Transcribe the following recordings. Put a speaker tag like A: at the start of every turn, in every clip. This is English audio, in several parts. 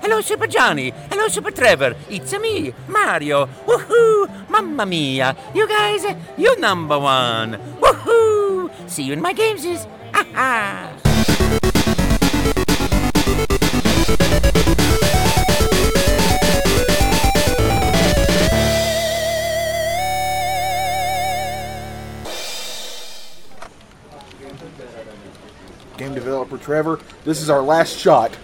A: Hello, Super Johnny. Hello, Super Trevor. It's me, Mario. Woohoo! Mamma mia! You guys, you number one. Woohoo! See you in my games. Ha ha!
B: Game developer Trevor, this is our last shot.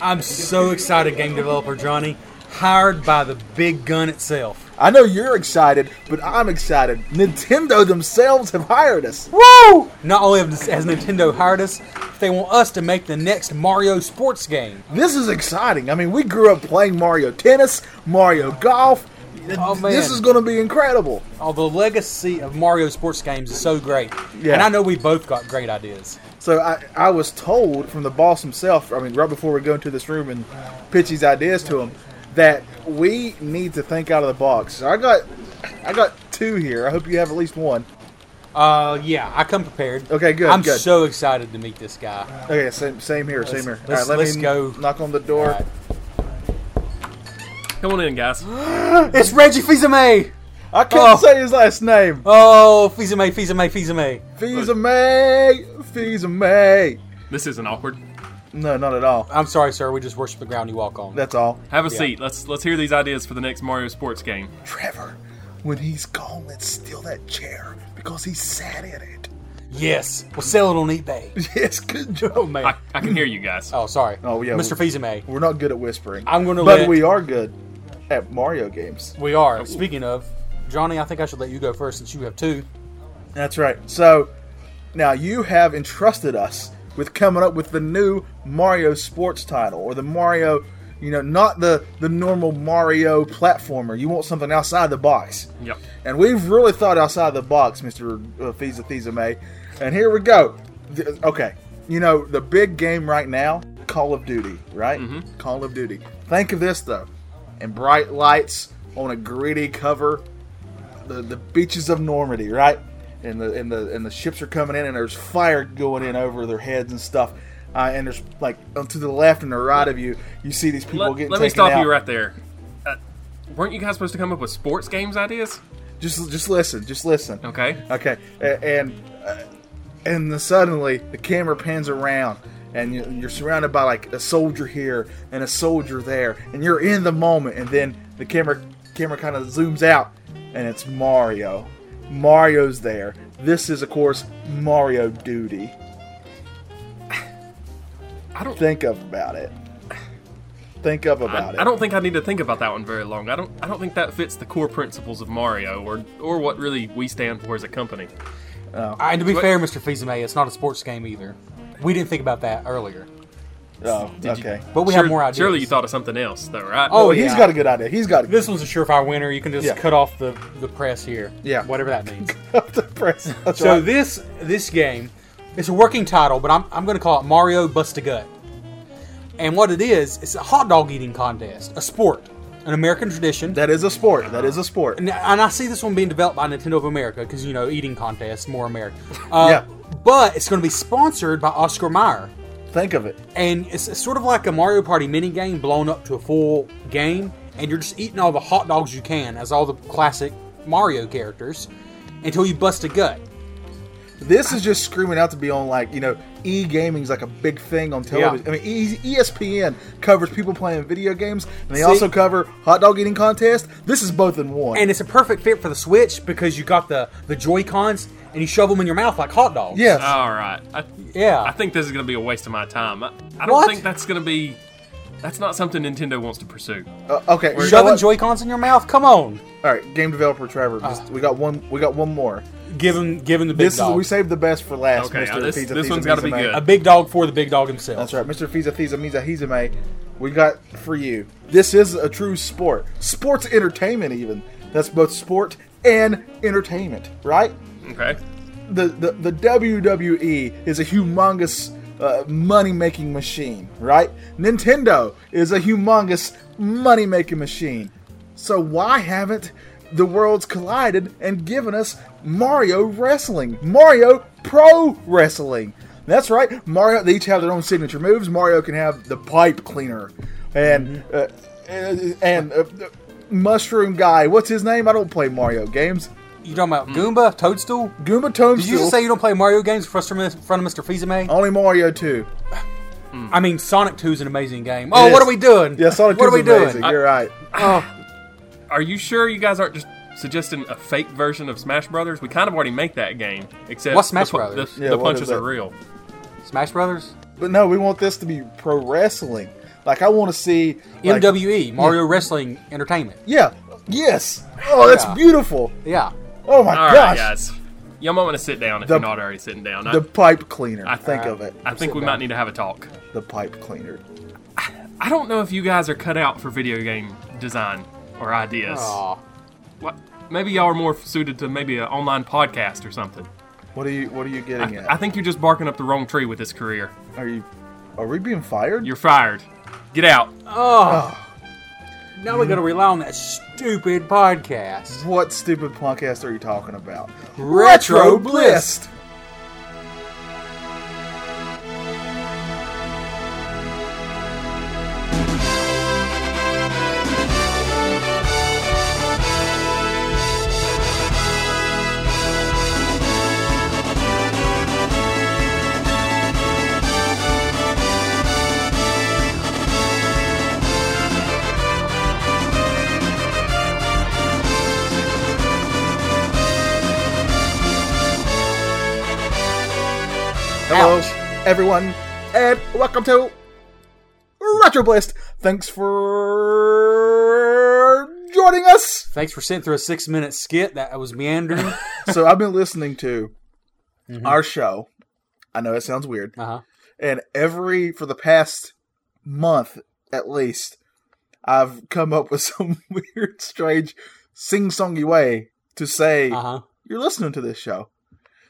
C: I'm so excited, game developer Johnny. Hired by the big gun itself.
B: I know you're excited, but I'm excited. Nintendo themselves have hired us.
C: Woo! Not only has has Nintendo hired us, they want us to make the next Mario sports game.
B: This is exciting. I mean, we grew up playing Mario Tennis, Mario Golf.
C: Oh, man.
B: This is going to be incredible.
C: Oh, the legacy of Mario sports games is so great.
B: Yeah.
C: And I know we both got great ideas.
B: So I, I was told from the boss himself, I mean, right before we go into this room and pitch these ideas to him, that we need to think out of the box. So I got, I got two here. I hope you have at least one.
C: Uh, yeah, I come prepared.
B: Okay, good,
C: I'm
B: good.
C: so excited to meet this guy.
B: Okay, same, same here, same here.
C: let's-
B: All right, let
C: let's
B: me
C: go.
B: knock on the door.
C: All right.
D: Come on in, guys.
C: It's Reggie Fils-Aimé!
B: I couldn't
C: Oh.
B: say his last name.
C: Oh, Fils-Aimé, Fils-Aimé, Fils-Aimé.
B: Fisa May, Fisa May.
D: This isn't awkward.
B: No, not at all.
C: I'm sorry, sir. We just worship the ground you walk on.
B: That's all.
D: Have a seat. Let's let's hear these ideas for the next Mario sports game.
B: Trevor, when he's gone, let's steal that chair because he sat in it.
C: yes, we'll sell it on eBay.
B: Yes, good job.
C: Oh man.
D: I, I can hear you guys.
C: oh, sorry.
B: Oh, yeah,
C: Mr.
B: we-
C: Fils-Aimé.
B: We're not good at whispering.
C: I'm gonna
B: But
C: let-
B: we are good at Mario games.
C: We
D: Oh.
C: are. Speaking of, Johnny, I think I should let you go first since you have two.
B: That's right. So now you have entrusted us with coming up with the new Mario sports title or the Mario, you know, not the the normal Mario platformer. You want something outside the box.
D: Yep.
B: And we've really thought outside the box, Mr. Uh, Fiza Thiza May. And here we go. Th- okay. You know, the big game right now, Call of Duty, right?
D: Mm-hmm.
B: Call of Duty. Think of this, though. And bright lights on a gritty cover, the, the beaches of Normandy, right? And the, and, the, and the ships are coming in, and there's fire going in over their heads and stuff. Uh, and there's like on to the left and the right of you, you see these people
D: Let,
B: getting
D: let me
B: taken
D: stop
B: out.
D: you right there. Uh, weren't you guys supposed to come up with sports games ideas?
B: Just just listen, just listen.
D: Okay.
B: Okay, a- and uh, and then suddenly the camera pans around, and you- you're surrounded by like a soldier here and a soldier there, and you're in the moment, and then the camera camera kind of zooms out, and it's Mario. Mario's there. This is, of course, Mario Duty.
D: I don't.
B: Think up about it. Think up about it.
D: I, I don't think I need to think about that one very long. I don't. I don't think that fits the core principles of Mario, or or what really we stand for as a company.
C: I, and to be
D: What-
C: fair, Mr. Fils-Aimé, it's not a sports game either. We didn't think about that earlier,
B: Oh,
D: Did you-
B: okay.
C: but we
D: Sure-
C: have more ideas.
D: Surely you thought of something else, though, right?
C: Oh,
B: Oh, he's
C: yeah.
B: got a good idea. He's got a good
C: this one's a surefire winner. You can just
B: Yeah.
C: cut off the, the press here.
B: Yeah.
C: whatever that means.
B: press. That's
C: so
B: right.
C: this this game, it's a working title, but I'm I'm going to call it Mario Bust a Gut. And what it is, it's a hot dog eating contest, a sport, an American tradition.
B: That is a sport. That is a sport.
C: and, and I see this one being developed by Nintendo of America because you know eating contest more American. Uh,
B: Yeah.
C: But it's going to be sponsored by Oscar Mayer,
B: Think of it.
C: and it's it's sort of like a Mario Party mini game blown up to a full game, and you're just eating all the hot dogs you can as all the classic Mario characters until you bust a gut.
B: This is just screaming out to be on like you know e gaming's like a big thing on television. I mean e- ESPN covers people playing video games, and they
C: See?
B: also cover hot dog eating contest. This is both in one.
C: And it's a perfect fit for the Switch because you got the the Joy Cons and you shove them in your mouth like hot dogs.
B: yes,
D: All right. I,
C: Yeah.
D: I think this is going to be a waste of my time. I, I don't
C: What?
D: think that's going to be. That's not something Nintendo wants to pursue.
B: Uh, okay. you know
C: Shoving
B: what?
C: Joy Cons in your mouth? Come on.
B: All right, game developer Trevor,
D: Uh.
B: just, we got one. We got one more.
C: Give him, give him the big
B: This
C: dog.
B: is we saved the best for last.
D: Okay,
B: Mr.
D: uh, this-
B: Fiza
D: this
B: Fiza
D: one's gotta be
B: Mizame.
D: good.
C: a big dog for the big dog himself.
B: That's right, Mr. Fiza Fiza Miza Hizame. We got for you. This is a true sport, sports entertainment even. That's both sport and entertainment, right?
D: Okay.
B: the, the, the WWE is a humongous uh, money making machine, right? Nintendo is a humongous money making machine. So why haven't the worlds collided and given us Mario Wrestling? Mario Pro Wrestling! That's right, Mario, they each have their own signature moves. Mario can have the pipe cleaner. and uh, and, and uh, mushroom guy. What's his name? I don't play Mario games.
C: You talking
B: Hmm.
C: about Goomba, Toadstool?
B: Goomba
C: Did you just
B: Toadstool.
C: say you don't play Mario games in front of front of Mr. Fizame?
B: only Mario two.
C: I mean, Sonic 2 is an amazing game. Oh,
B: is.
C: what are we doing?
B: Yeah, Sonic
C: what are
B: Two's
C: we
B: amazing.
C: doing? Uh, oh.
B: You're right.
D: Are you sure you guys aren't just suggesting a fake version of Smash Brothers? We kind of already make that game, except
C: What's Smash
D: the, pu-
C: Brothers?
D: The,
B: Yeah,
D: the
B: what
D: punches
B: is that?
D: are real.
C: Smash Brothers?
B: But no, we want this to be pro wrestling. Like I want to see like-
C: MWE, E, Mario Wrestling Entertainment.
B: Yeah. Yes. Oh, that's
C: Yeah.
B: beautiful.
C: Yeah.
B: Oh my
D: All right,
B: gosh.
D: guys, y'all might want to sit down if
B: The-
D: you're not already sitting down. I,
B: The pipe cleaner. I
D: I-
B: think of it.
D: I think we might need to have a talk.
B: The pipe cleaner.
D: I don't know if you guys are cut out for video game design or ideas.
C: Aw.
D: What? Maybe y'all are more suited to maybe an online podcast or something.
B: What are you What are you getting at?
D: I think you're just barking up the wrong tree with this career.
B: are you Are we being fired?
D: You're fired. Get out.
C: Now we gotta rely on that stupid podcast.
B: what stupid podcast are you talking about?
C: Retro Blist.
B: Hello,
C: Ouch.
B: everyone, and welcome to Retro Blist. Thanks for joining us.
C: Thanks for sitting through a six minute skit that was meandering. uh
B: so I've been listening to our show. I know it sounds weird,
C: huh.
B: and every for the past month at least i've come up with some weird strange sing-songy way to say
C: Uh huh.
B: you're listening to this show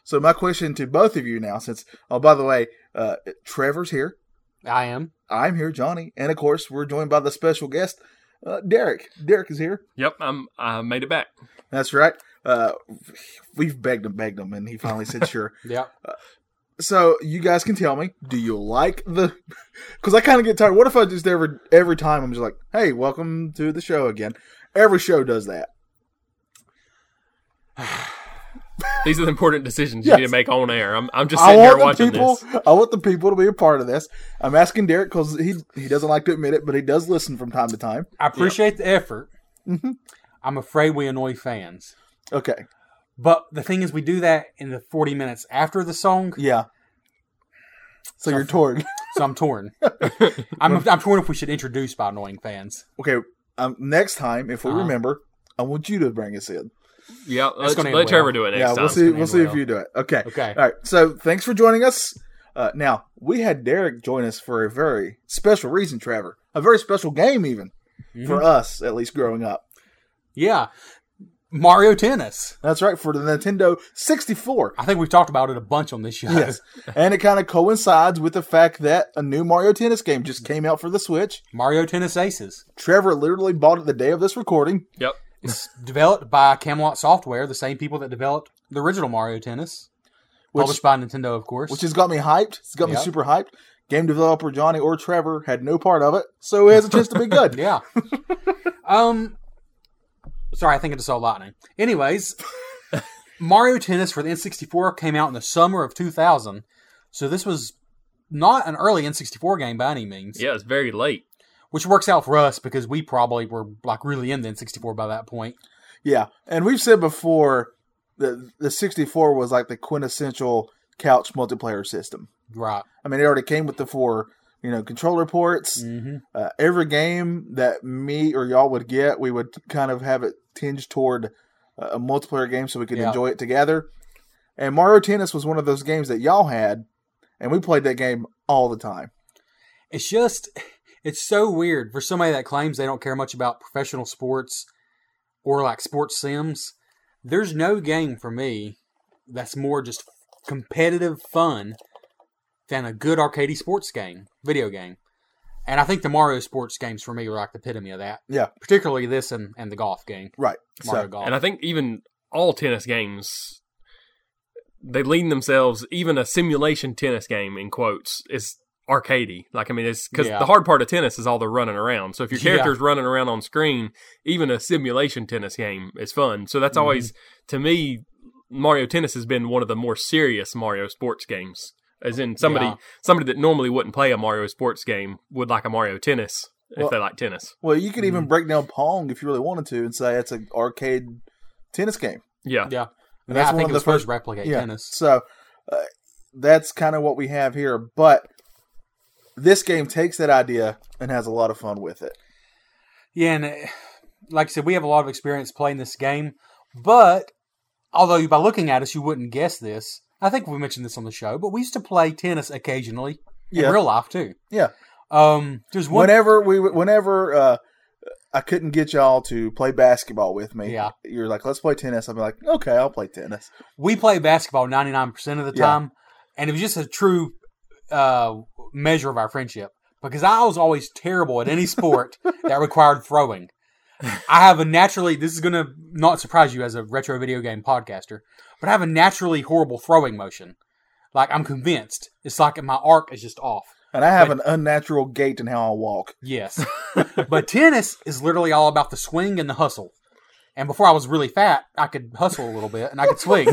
B: so my question to both of you now since oh by the way uh, trevor's here
C: I am.
B: i'm here johnny and of course we're joined by the special guest uh, derek derek is here
D: Yep, I'm. I made it back.
B: that's right uh, we've begged him begged him and he finally said sure
C: Yep.
B: so you guys can tell me do you like the because i kind of get tired what if i just every every time i'm just like hey welcome to the show again every show does that
D: These are the important decisions
B: Yes.
D: you need to make on air. I'm, I'm just
B: i
D: sitting here
B: want the
D: watching
B: people
D: this.
B: i want the people to be a part of this i'm asking derek because he he doesn't like to admit it but he does listen from time to time
C: I appreciate the effort.
B: Mm-hmm.
C: I'm afraid we annoy fans.
B: okay
C: But the thing is, we do that in the 40 minutes after the song,
B: yeah so you're torn
C: so I'm torn. I'm, I'm torn if we should introduce by annoying fans.
B: okay um, next time if we
C: Uh-huh.
B: remember i want you to bring us in
D: Yeah, let's,
C: gonna end
D: let Trevor
C: well.
D: do it next
B: yeah,
D: time.
B: we'll see.
C: gonna
B: We'll
C: end
B: see if
C: well.
B: you do it. Okay.
C: Okay.
B: All right. So thanks for joining us. Uh, now we had Derek join us for a very special reason, Trevor. A very special game, even for us, at least growing up.
C: Yeah. Mario Tennis.
B: That's right for the Nintendo 64.
C: I think we've talked about it a bunch on this show.
B: Yes, and it kind of coincides with the fact that a new Mario Tennis game just came out for the Switch.
C: Mario Tennis Aces.
B: Trevor literally bought it the day of this recording.
D: Yep.
C: It's developed by Camelot Software, the same people that developed the original Mario Tennis,
B: Which-
C: published by Nintendo, of course.
B: which has got me hyped. It's got me
C: Yeah.
B: super hyped. Game developer Johnny or Trevor had no part of it, so it has a chance to be good.
C: yeah. um, sorry, I think I just saw lightning. Anyways, Mario Tennis for the N64 came out in the summer of 2000, so this was not an early N64 game by any means.
D: Yeah, it's very late.
C: Which works out for us because we probably were like really in the N64 by that point.
B: Yeah, and we've said before that the 64 was like the quintessential couch multiplayer system.
C: Right.
B: I mean, it already came with the four, you know, controller ports.
C: Mm-hmm.
B: Uh, every game that me or y'all would get, we would kind of have it tinged toward a a multiplayer game so we could
C: Yeah.
B: enjoy it together. And Mario Tennis was one of those games that y'all had, and we played that game all the time.
C: It's just, it's so weird for somebody that claims they don't care much about professional sports or like sports sims. There's no game for me that's more just competitive fun than a good arcade sports game, video game. And I think the Mario sports games for me were like the epitome of that.
B: Yeah.
C: Particularly this and, and the golf game,
B: Right.
C: Mario
B: So,
C: Golf.
D: And I think even all tennis games, they lean themselves. Even a simulation tennis game, in quotes, is arcadey. Like I mean, it's because
C: Yeah.
D: the hard part of tennis is all the running around. So if your
C: Yeah.
D: character's running around on screen, even a simulation tennis game is fun. So
C: Mm-hmm.
D: that's always to me, Mario Tennis has been one of the more serious Mario sports games. As in somebody
C: Yeah.
D: somebody that normally wouldn't play a Mario sports game would like a Mario Tennis
B: Well-
D: if they like tennis.
B: Well, you could
C: Mm.
B: even break down Pong if you really wanted to and say it's an arcade tennis game.
D: Yeah.
C: Yeah.
B: And
C: Yeah,
B: that's
C: I
B: one
C: think
B: of
C: it
B: the
C: was supposed
B: first-
C: to replicate
B: yeah.
C: tennis.
B: So uh, that's kind of what we have here. But this game takes that idea and has a lot of fun with it.
C: Yeah, and it, like I said, we have a lot of experience playing this game. But although by looking at us, you wouldn't guess this. I think we mentioned this on the show, but we used to play tennis occasionally
B: Yeah.
C: in real life too.
B: Yeah.
C: Um, there's one.
B: Whenever we, whenever uh, I couldn't get y'all to play basketball with me,
C: Yeah.
B: you're like, let's play tennis. I'm like, okay, I'll play tennis.
C: we play basketball 99% of the
B: Yeah.
C: time and it was just a true uh, measure of our friendship because i was always terrible at any sport that required throwing i have a naturally this is going to not surprise you as a retro video game podcaster but i have a naturally horrible throwing motion like i'm convinced it's like my arc is just off
B: And I have an unnatural gait in how I walk.
C: Yes. but tennis is literally all about the swing and the hustle. And before I was really fat, I could hustle a little bit and I could swing.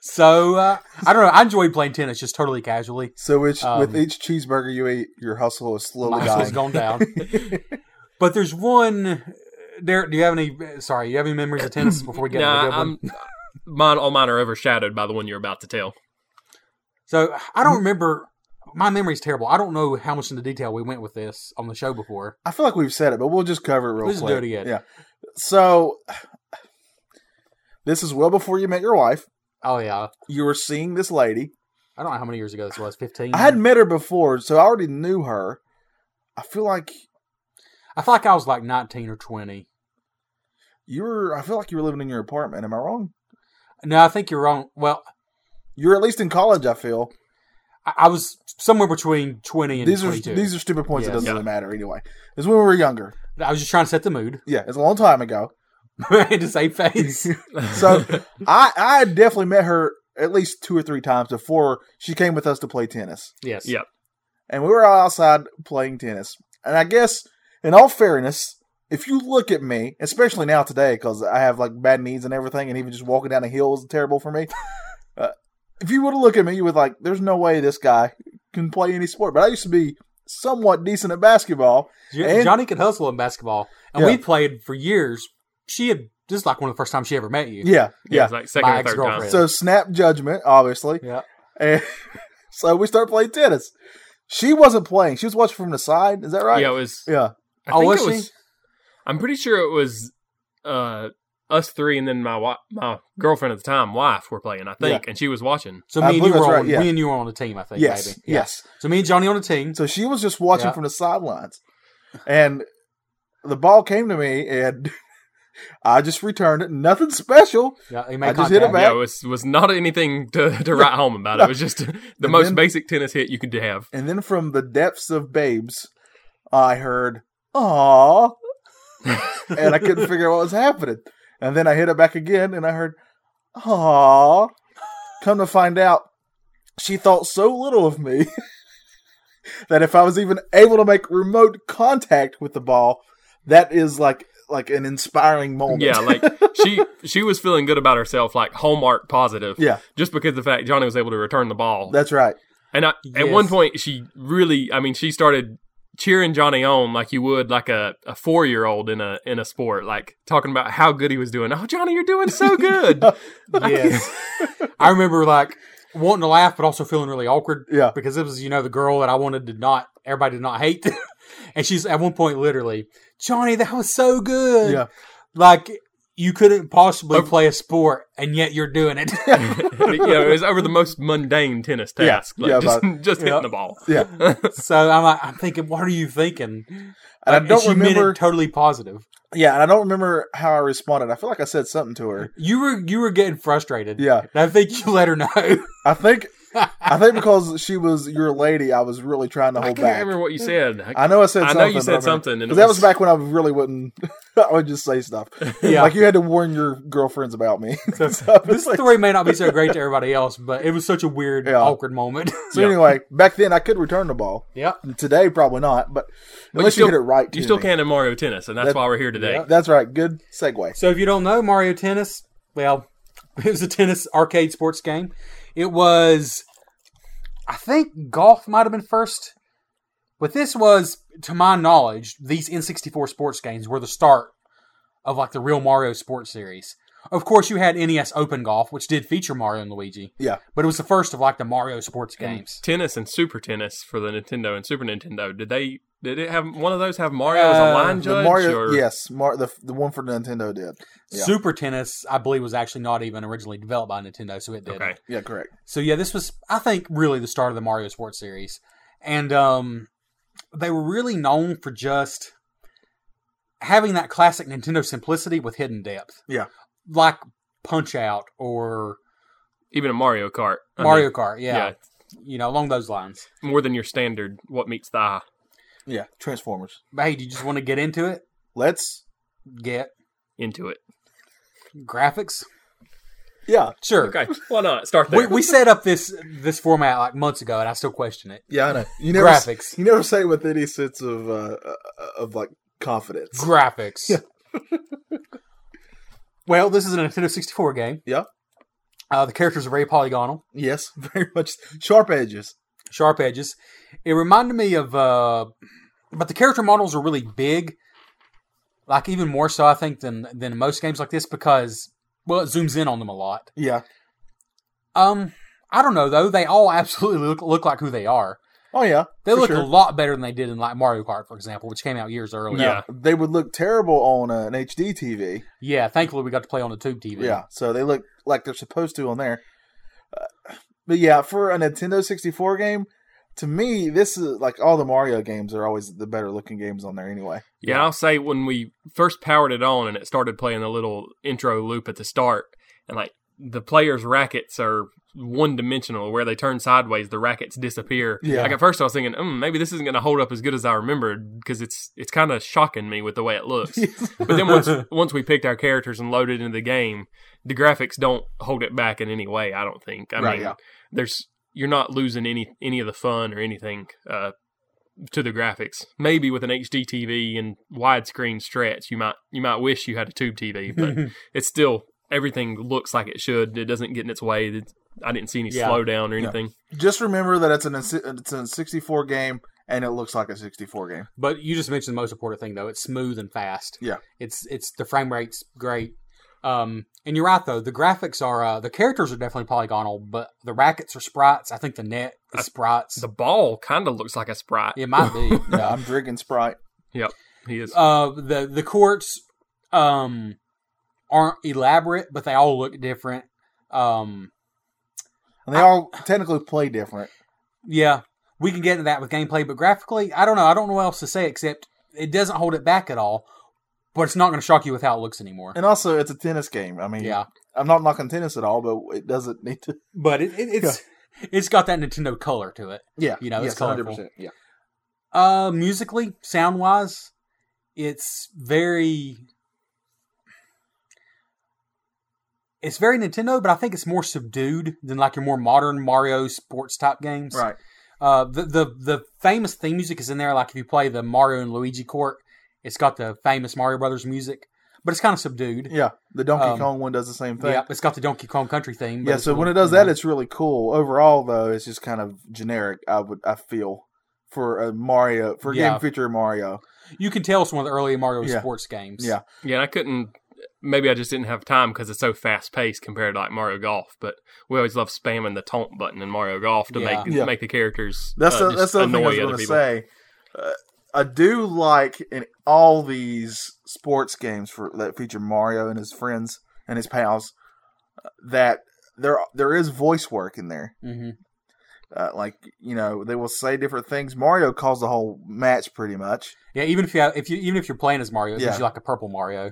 C: so uh, I don't know. I enjoyed playing tennis just totally casually.
B: So each, with
C: Um,
B: each cheeseburger you eat, your hustle is slowly
C: My
B: dying.
C: hustle's gone down. but there's one. uh, There, do you have any? Sorry, do you have any memories of tennis before we get into the
D: Nah,
C: good one?
D: I'm, mine all mine are overshadowed by the one you're about to tell.
C: So I don't remember. My memory's terrible. I don't know how much into detail we went with this on the show before.
B: I feel like we've said it, but we'll just cover it real
C: Let's just
B: quick.
C: do it again.
B: Yeah. So this is well before you met your wife.
C: Oh yeah,
B: You were seeing this lady.
C: I don't know how many years ago this was. Fifteen.
B: I hadn't met her before, so I already knew her. I feel like
C: I feel like I was like nineteen or twenty.
B: you were. I feel like you were living in your apartment. Am I wrong?
C: No, I think you're wrong. Well,
B: You're at least in college. I feel
C: I, I was somewhere between 20 and
B: these are
C: 22.
B: these are stupid points. It
C: Yes.
B: doesn't
D: Yeah.
B: really matter anyway. It's when we were younger.
C: I was just trying to set the mood.
B: Yeah, it's a long time ago.
C: to save face.
B: So I I had definitely met her at least two or three times before she came with us to play tennis.
C: Yes.
D: Yep.
B: and we were all outside playing tennis. And I guess, in all fairness, if you look at me, especially now today, because I have like bad knees and everything, and even just walking down a hill is terrible for me. uh, if you would have looked at me, you would like, there's no way this guy can play any sport. But I used to be somewhat decent at basketball.
C: Jo-
B: And-
C: Johnny could hustle in basketball, and
B: Yeah.
C: we played for years. She had, this is like one of the first times she ever met you.
B: Yeah,
D: Yeah,
B: yeah.
D: it's like second
C: My
D: or third time.
C: ex-girlfriend.
B: So snap judgment, obviously.
C: Yeah.
B: And so we start playing tennis. She wasn't playing; she was watching from the side. Is that right?
D: Yeah, it was.
B: Yeah.
D: I
C: Oh,
D: think
C: was
D: it
C: she?
D: was. I'm pretty sure it was uh, us three, and then my wa- my girlfriend at the time, wife, were playing. I think, and she was watching.
C: So
B: I
C: me and you
B: believe
C: were
B: that's
C: on,
B: right, yeah.
C: me and you were on the team, I think.
B: Yes.
C: Maybe. Yeah.
B: Yes.
C: So me and Johnny on the team.
B: So she was just watching
C: Yeah.
B: from the sidelines, and the ball came to me, and I just returned it. Nothing special.
C: Yeah, he
B: I
C: made
B: just
C: contact.
B: hit it back.
D: Yeah, it was was not anything to, to write home about. It was just the most
B: then-
D: basic tennis hit you could have.
B: And then from the depths of babes, I heard "aww," and I couldn't figure out what was happening. And then I hit it back again, and I heard "aww." Come to find out, she thought so little of me that if I was even able to make remote contact with the ball, that is like like an inspiring moment.
D: Yeah, like she she was feeling good about herself, like hallmark positive.
B: Yeah.
D: just because the fact Johnny was able to return the ball.
B: That's right.
D: And I, at
C: Yes.
D: one point, she really, I mean, she started cheering Johnny on like you would like a, a four year old in a in a sport, like talking about how good he was doing. Oh, Johnny, you're doing so good.
C: Yes. I remember like wanting to laugh, but also feeling really awkward.
B: Yeah.
C: Because it was, you know, the girl that I wanted to not, everybody did not hate. and she's at one point literally, Johnny, that was so good.
B: Yeah.
C: Like, you couldn't possibly
D: Over-
C: play a sport, and yet you're doing it.
D: you know, it was over the most mundane tennis
B: Yeah.
D: task, like
B: Yeah,
D: just, just
C: yeah.
D: hitting the ball.
B: Yeah.
C: so I'm like, I'm thinking, what are you thinking?
B: And
C: Like,
B: I
C: and
B: don't
C: Uh, she meant it
B: remember.
C: totally positive.
B: yeah, and I don't remember how I responded. I feel like I said something to her.
C: You were you were getting frustrated.
B: Yeah.
C: And I think you let her know.
B: I think, I think because she was your lady, I was really trying to
D: I
B: hold
D: can't
B: back.
D: remember what you said.
B: I know I said.
D: I
B: something,
D: know you
B: but
D: said
B: I remember-
D: something, and it
B: 'cause that was
D: was-
B: back when I really wasn't. I would just say stuff.
C: Yeah.
B: Like you had to warn your girlfriends about me. So,
C: this
B: it's like-
C: story may not be so great to everybody else, but it was such a weird,
B: Yeah.
C: awkward moment.
B: so anyway, back then I could return the ball.
C: yeah.
B: Today probably not, but unless you,
D: still-
B: hit it right, to
D: You still
B: me.
D: can in Mario Tennis, and that's
B: That-
D: why we're here today.
B: That's right. Good segue.
C: So if you don't know Mario Tennis, well, it was a tennis arcade sports game. It was, I think, golf might have been first, but this was, to my knowledge, these N64 sports games were the start of like the real Mario sports series. Of course, you had NES Open Golf, which did feature Mario and Luigi,
B: Yeah,
C: but it was the first of like the Mario sports games.
D: Tennis and Super Tennis for the Nintendo and Super Nintendo. Did they? Did it have one of those have Mario as a
C: Uh,
D: line
B: the
D: judge?
B: Mario.
D: or-
B: Yes, Mar- the the one for Nintendo did. Yeah.
C: Super Tennis, I believe, was actually not even originally developed by Nintendo, so it did.
D: Okay.
B: Yeah, correct.
C: So yeah, this was I think really the start of the Mario Sports series, and um, they were really known for just having that classic Nintendo simplicity with hidden depth.
B: Yeah.
C: like Punch Out or
D: Even a Mario Kart. I
C: Mario
D: mean,
C: Kart. Yeah, you know along those lines.
D: More than your standard what meets the eye.
B: Yeah, Transformers.
C: But hey, do you just want to get into it?
B: Let's.
C: Get
D: Into it.
C: graphics?
B: Yeah,
C: Sure.
D: Okay. Why not? Start
C: We,
D: there.
C: we set up this this format like months ago, and I still question it.
B: yeah, I know. You never s-
C: Graphics.
B: You never say it with any sense of uh, uh, of like confidence.
C: Graphics. well, this is a Nintendo 64 game.
B: Yeah.
C: Uh, the characters are very polygonal,
B: Yes, very much sharp edges.
C: sharp edges. It reminded me of, uh, but the character models are really big, like even more so I think than than most games like this because well it zooms in on them a lot.
B: Yeah.
C: Um, I don't know though; they all absolutely look look like who they are.
B: Oh yeah.
C: They
B: for
C: look
B: sure.
C: a lot better than they did in like Mario Kart, for example, which came out years earlier.
B: Now,
D: Yeah.
B: They would look terrible on uh, an HD TV.
C: yeah. Thankfully, we got to play on the tube TV.
B: Yeah. So they look like they're supposed to on there. Uh, but yeah, for a Nintendo 64 game, to me, this is like all the Mario games are always the better looking games on there anyway.
D: Yeah, I'll say when we first powered it on and it started playing the little intro loop at the start, and like the players' rackets are one dimensional where they turn sideways, the rackets disappear.
B: Yeah.
D: Like at first, I was thinking, mm, maybe this isn't going to hold up as good as I remembered because it's it's kind of shocking me with the way it looks. but then once once we picked our characters and loaded into the game, the graphics don't hold it back in any way. I don't think. I
B: Right,
D: mean,
B: yeah.
D: there's you're not losing any any of the fun or anything uh, to the graphics. Maybe with an HD TV and widescreen stretch, you might you might wish you had a tube TV, but it's still everything looks like it should. It doesn't get in its way. It- I didn't see any
C: Yeah.
D: slowdown or anything.
B: Just remember that it's an it's a 64 game and it looks like a 64 game.
C: But you just mentioned the most important thing though. It's smooth and fast.
B: Yeah.
C: It's it's the frame rate's great. Um, and you're right though. The graphics are uh, the characters are definitely polygonal, but the rackets are sprites. I think the net is sprites.
D: The ball kind of looks like a sprite.
C: it might be.
B: Yeah, I'm drinking Sprite.
D: He is.
C: uh, the the courts um, aren't elaborate, but they all look different. Um,
B: And they all technically play different.
C: yeah, we can get into that with gameplay, but graphically, I don't know. I don't know what else to say except it doesn't hold it back at all. But it's not going to shock you with how it looks anymore.
B: And also, it's a tennis game. I mean,
C: Yeah.
B: I'm not knocking tennis at all, but it doesn't need to.
C: but it, it, it's it's got that Nintendo color to it.
B: Yeah,
C: You know, it's
B: yes,
C: colorful.
B: 100%, Yeah,
C: Uh, musically, sound wise, it's very it's very Nintendo, but I think it's more subdued than like your more modern Mario sports type games.
B: right.
C: Uh, the the the famous theme music is in there. Like if you play the Mario and Luigi Court, it's got the famous Mario Brothers music, but it's kind of subdued.
B: Yeah, the Donkey
C: Um,
B: Kong one does the same thing.
C: Yeah, it's got the Donkey Kong Country theme. but
B: yeah,
C: it's
B: so
C: a
B: when it
C: little-
B: does
C: you know.
B: that, it's really cool. Overall, though, it's just kind of generic. I would, I feel for a Mario for a
C: Yeah.
B: game featuring Mario.
C: you can tell it's one of the early Mario
B: Yeah.
C: sports games.
B: Yeah.
D: Yeah, and I couldn't. Maybe I just didn't have time because it's so fast paced compared to like Mario Golf. But we always love spamming the taunt button in Mario Golf to
C: Yeah.
D: make
B: Yeah.
D: make the characters
B: That's
D: uh,
B: the,
D: just
B: that's the other thing I
D: annoy
B: was
D: other
B: going to
D: people.
B: say. Uh, I do like in all these sports games for that feature Mario and his friends and his pals uh, that there there is voice work in there.
C: hmm
B: Uh, like you know, they will say different things. Mario calls the whole match pretty much.
C: Yeah, even if you have, if you even if you're playing as Mario, it
B: Yeah.
C: gives you like a purple Mario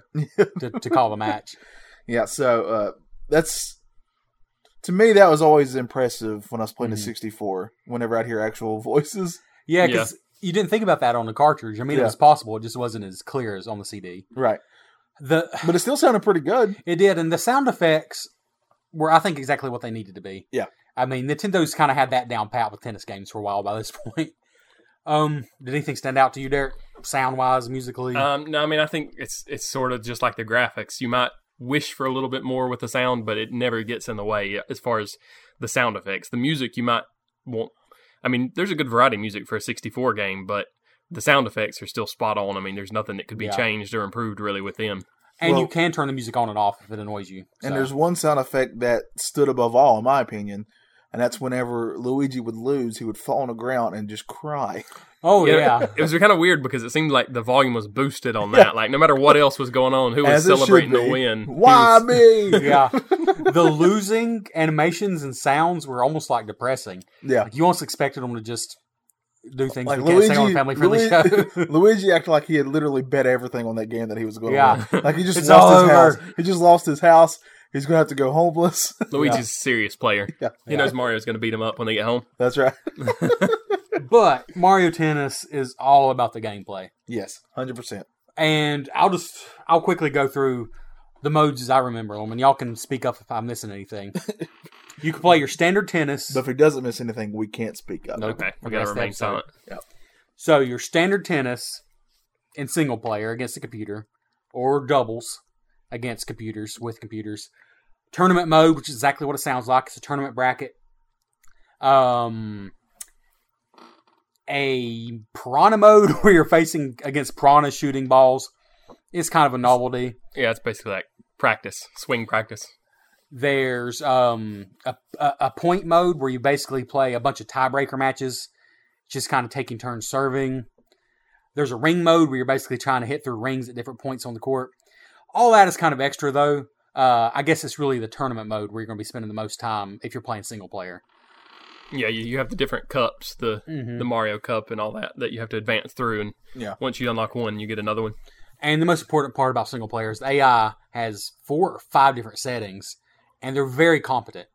C: to, to call the match.
B: Yeah, so uh, that's to me
D: Mm-hmm.
B: that was always impressive when I was playing
C: Mhm.
B: the 64. Whenever I'd hear actual voices,
C: Yeah, because you didn't think about that on the cartridge. I mean,
B: Yeah.
C: it was possible. It just wasn't as clear as on the CD.
B: Right.
C: The
B: But it still sounded pretty good.
C: It did, and the sound effects were, I think, exactly what they needed to be.
B: Yeah.
C: I mean, Nintendo's kind of had that down pat with tennis games for a while by this point. Um, did anything stand out to you, Derek? Sound wise, musically,
D: Um, no, I mean I think it's it's sort of just like the graphics. You might wish for a little bit more with the sound, but it never gets in the way as far as the sound effects. The music you might want. I mean, there's a good variety of music for a 64 game, but the sound effects are still spot on. I mean, there's nothing that could be
C: Yeah.
D: changed or improved really with them.
C: and
B: well-
C: you can turn the music on and off if it annoys you.
B: And
C: so.
B: there's one sound effect that stood above all, in my opinion, and that's whenever Luigi would lose, he would fall on the ground and just cry.
C: oh yeah,
D: it was kind of weird because it seemed like the volume was boosted on that. Like no matter what else was going on, who was
B: As it should
D: celebrating the
B: be.
D: win? he
B: Why
D: was-
B: me?
C: yeah. the losing animations and sounds were almost like depressing.
B: yeah.
C: Like you almost expected them to just do things
B: Like
C: we can't say on a
B: Luigi,
C: family friendly
B: Luigi,
C: show.
B: Luigi acted like he had literally bet everything on that game that he was going to
C: Yeah.
B: win. Like he just
C: It's all
B: lost his
C: over.
B: house. He just lost his house. He's going to have to go homeless.
D: Luigi's a serious player.
B: Yeah.
D: He knows Mario's going to beat him up when they get home.
B: That's right.
C: but Mario Tennis is all about the gameplay.
B: Yes, hundred percent.
C: and I'll just I'll quickly go through the modes as I remember them, and y'all can speak up if I'm missing anything. you can play your standard tennis,
B: But if he doesn't miss anything, we can't speak up.
C: Nope.
D: Okay, we
C: Okay,
D: got to
C: that's
D: remain
C: episode.
D: silent.
C: so your standard tennis in single player against the computer, or doubles against computers with computers. Tournament mode, which is exactly what it sounds like, it's a tournament bracket. Um, a piranha mode where you're facing against piranha shooting balls. It's kind of a novelty.
D: Yeah, it's basically like practice, swing practice.
C: There's um, a, a a point mode where you basically play a bunch of tiebreaker matches, just kind of taking turns serving. There's a ring mode where you're basically trying to hit through rings at different points on the court. All that is kind of extra, though. Uh, I guess it's really the tournament mode where you're going to be spending the most time if you're playing single player.
D: Yeah, you, you have the different cups, the
C: Mhm.
D: the Mario Cup and all that that you have to advance through, and
B: Yeah.
D: once you unlock one, you get another one.
C: And the most important part about single player is the AI has four or five different settings, and they're very competent.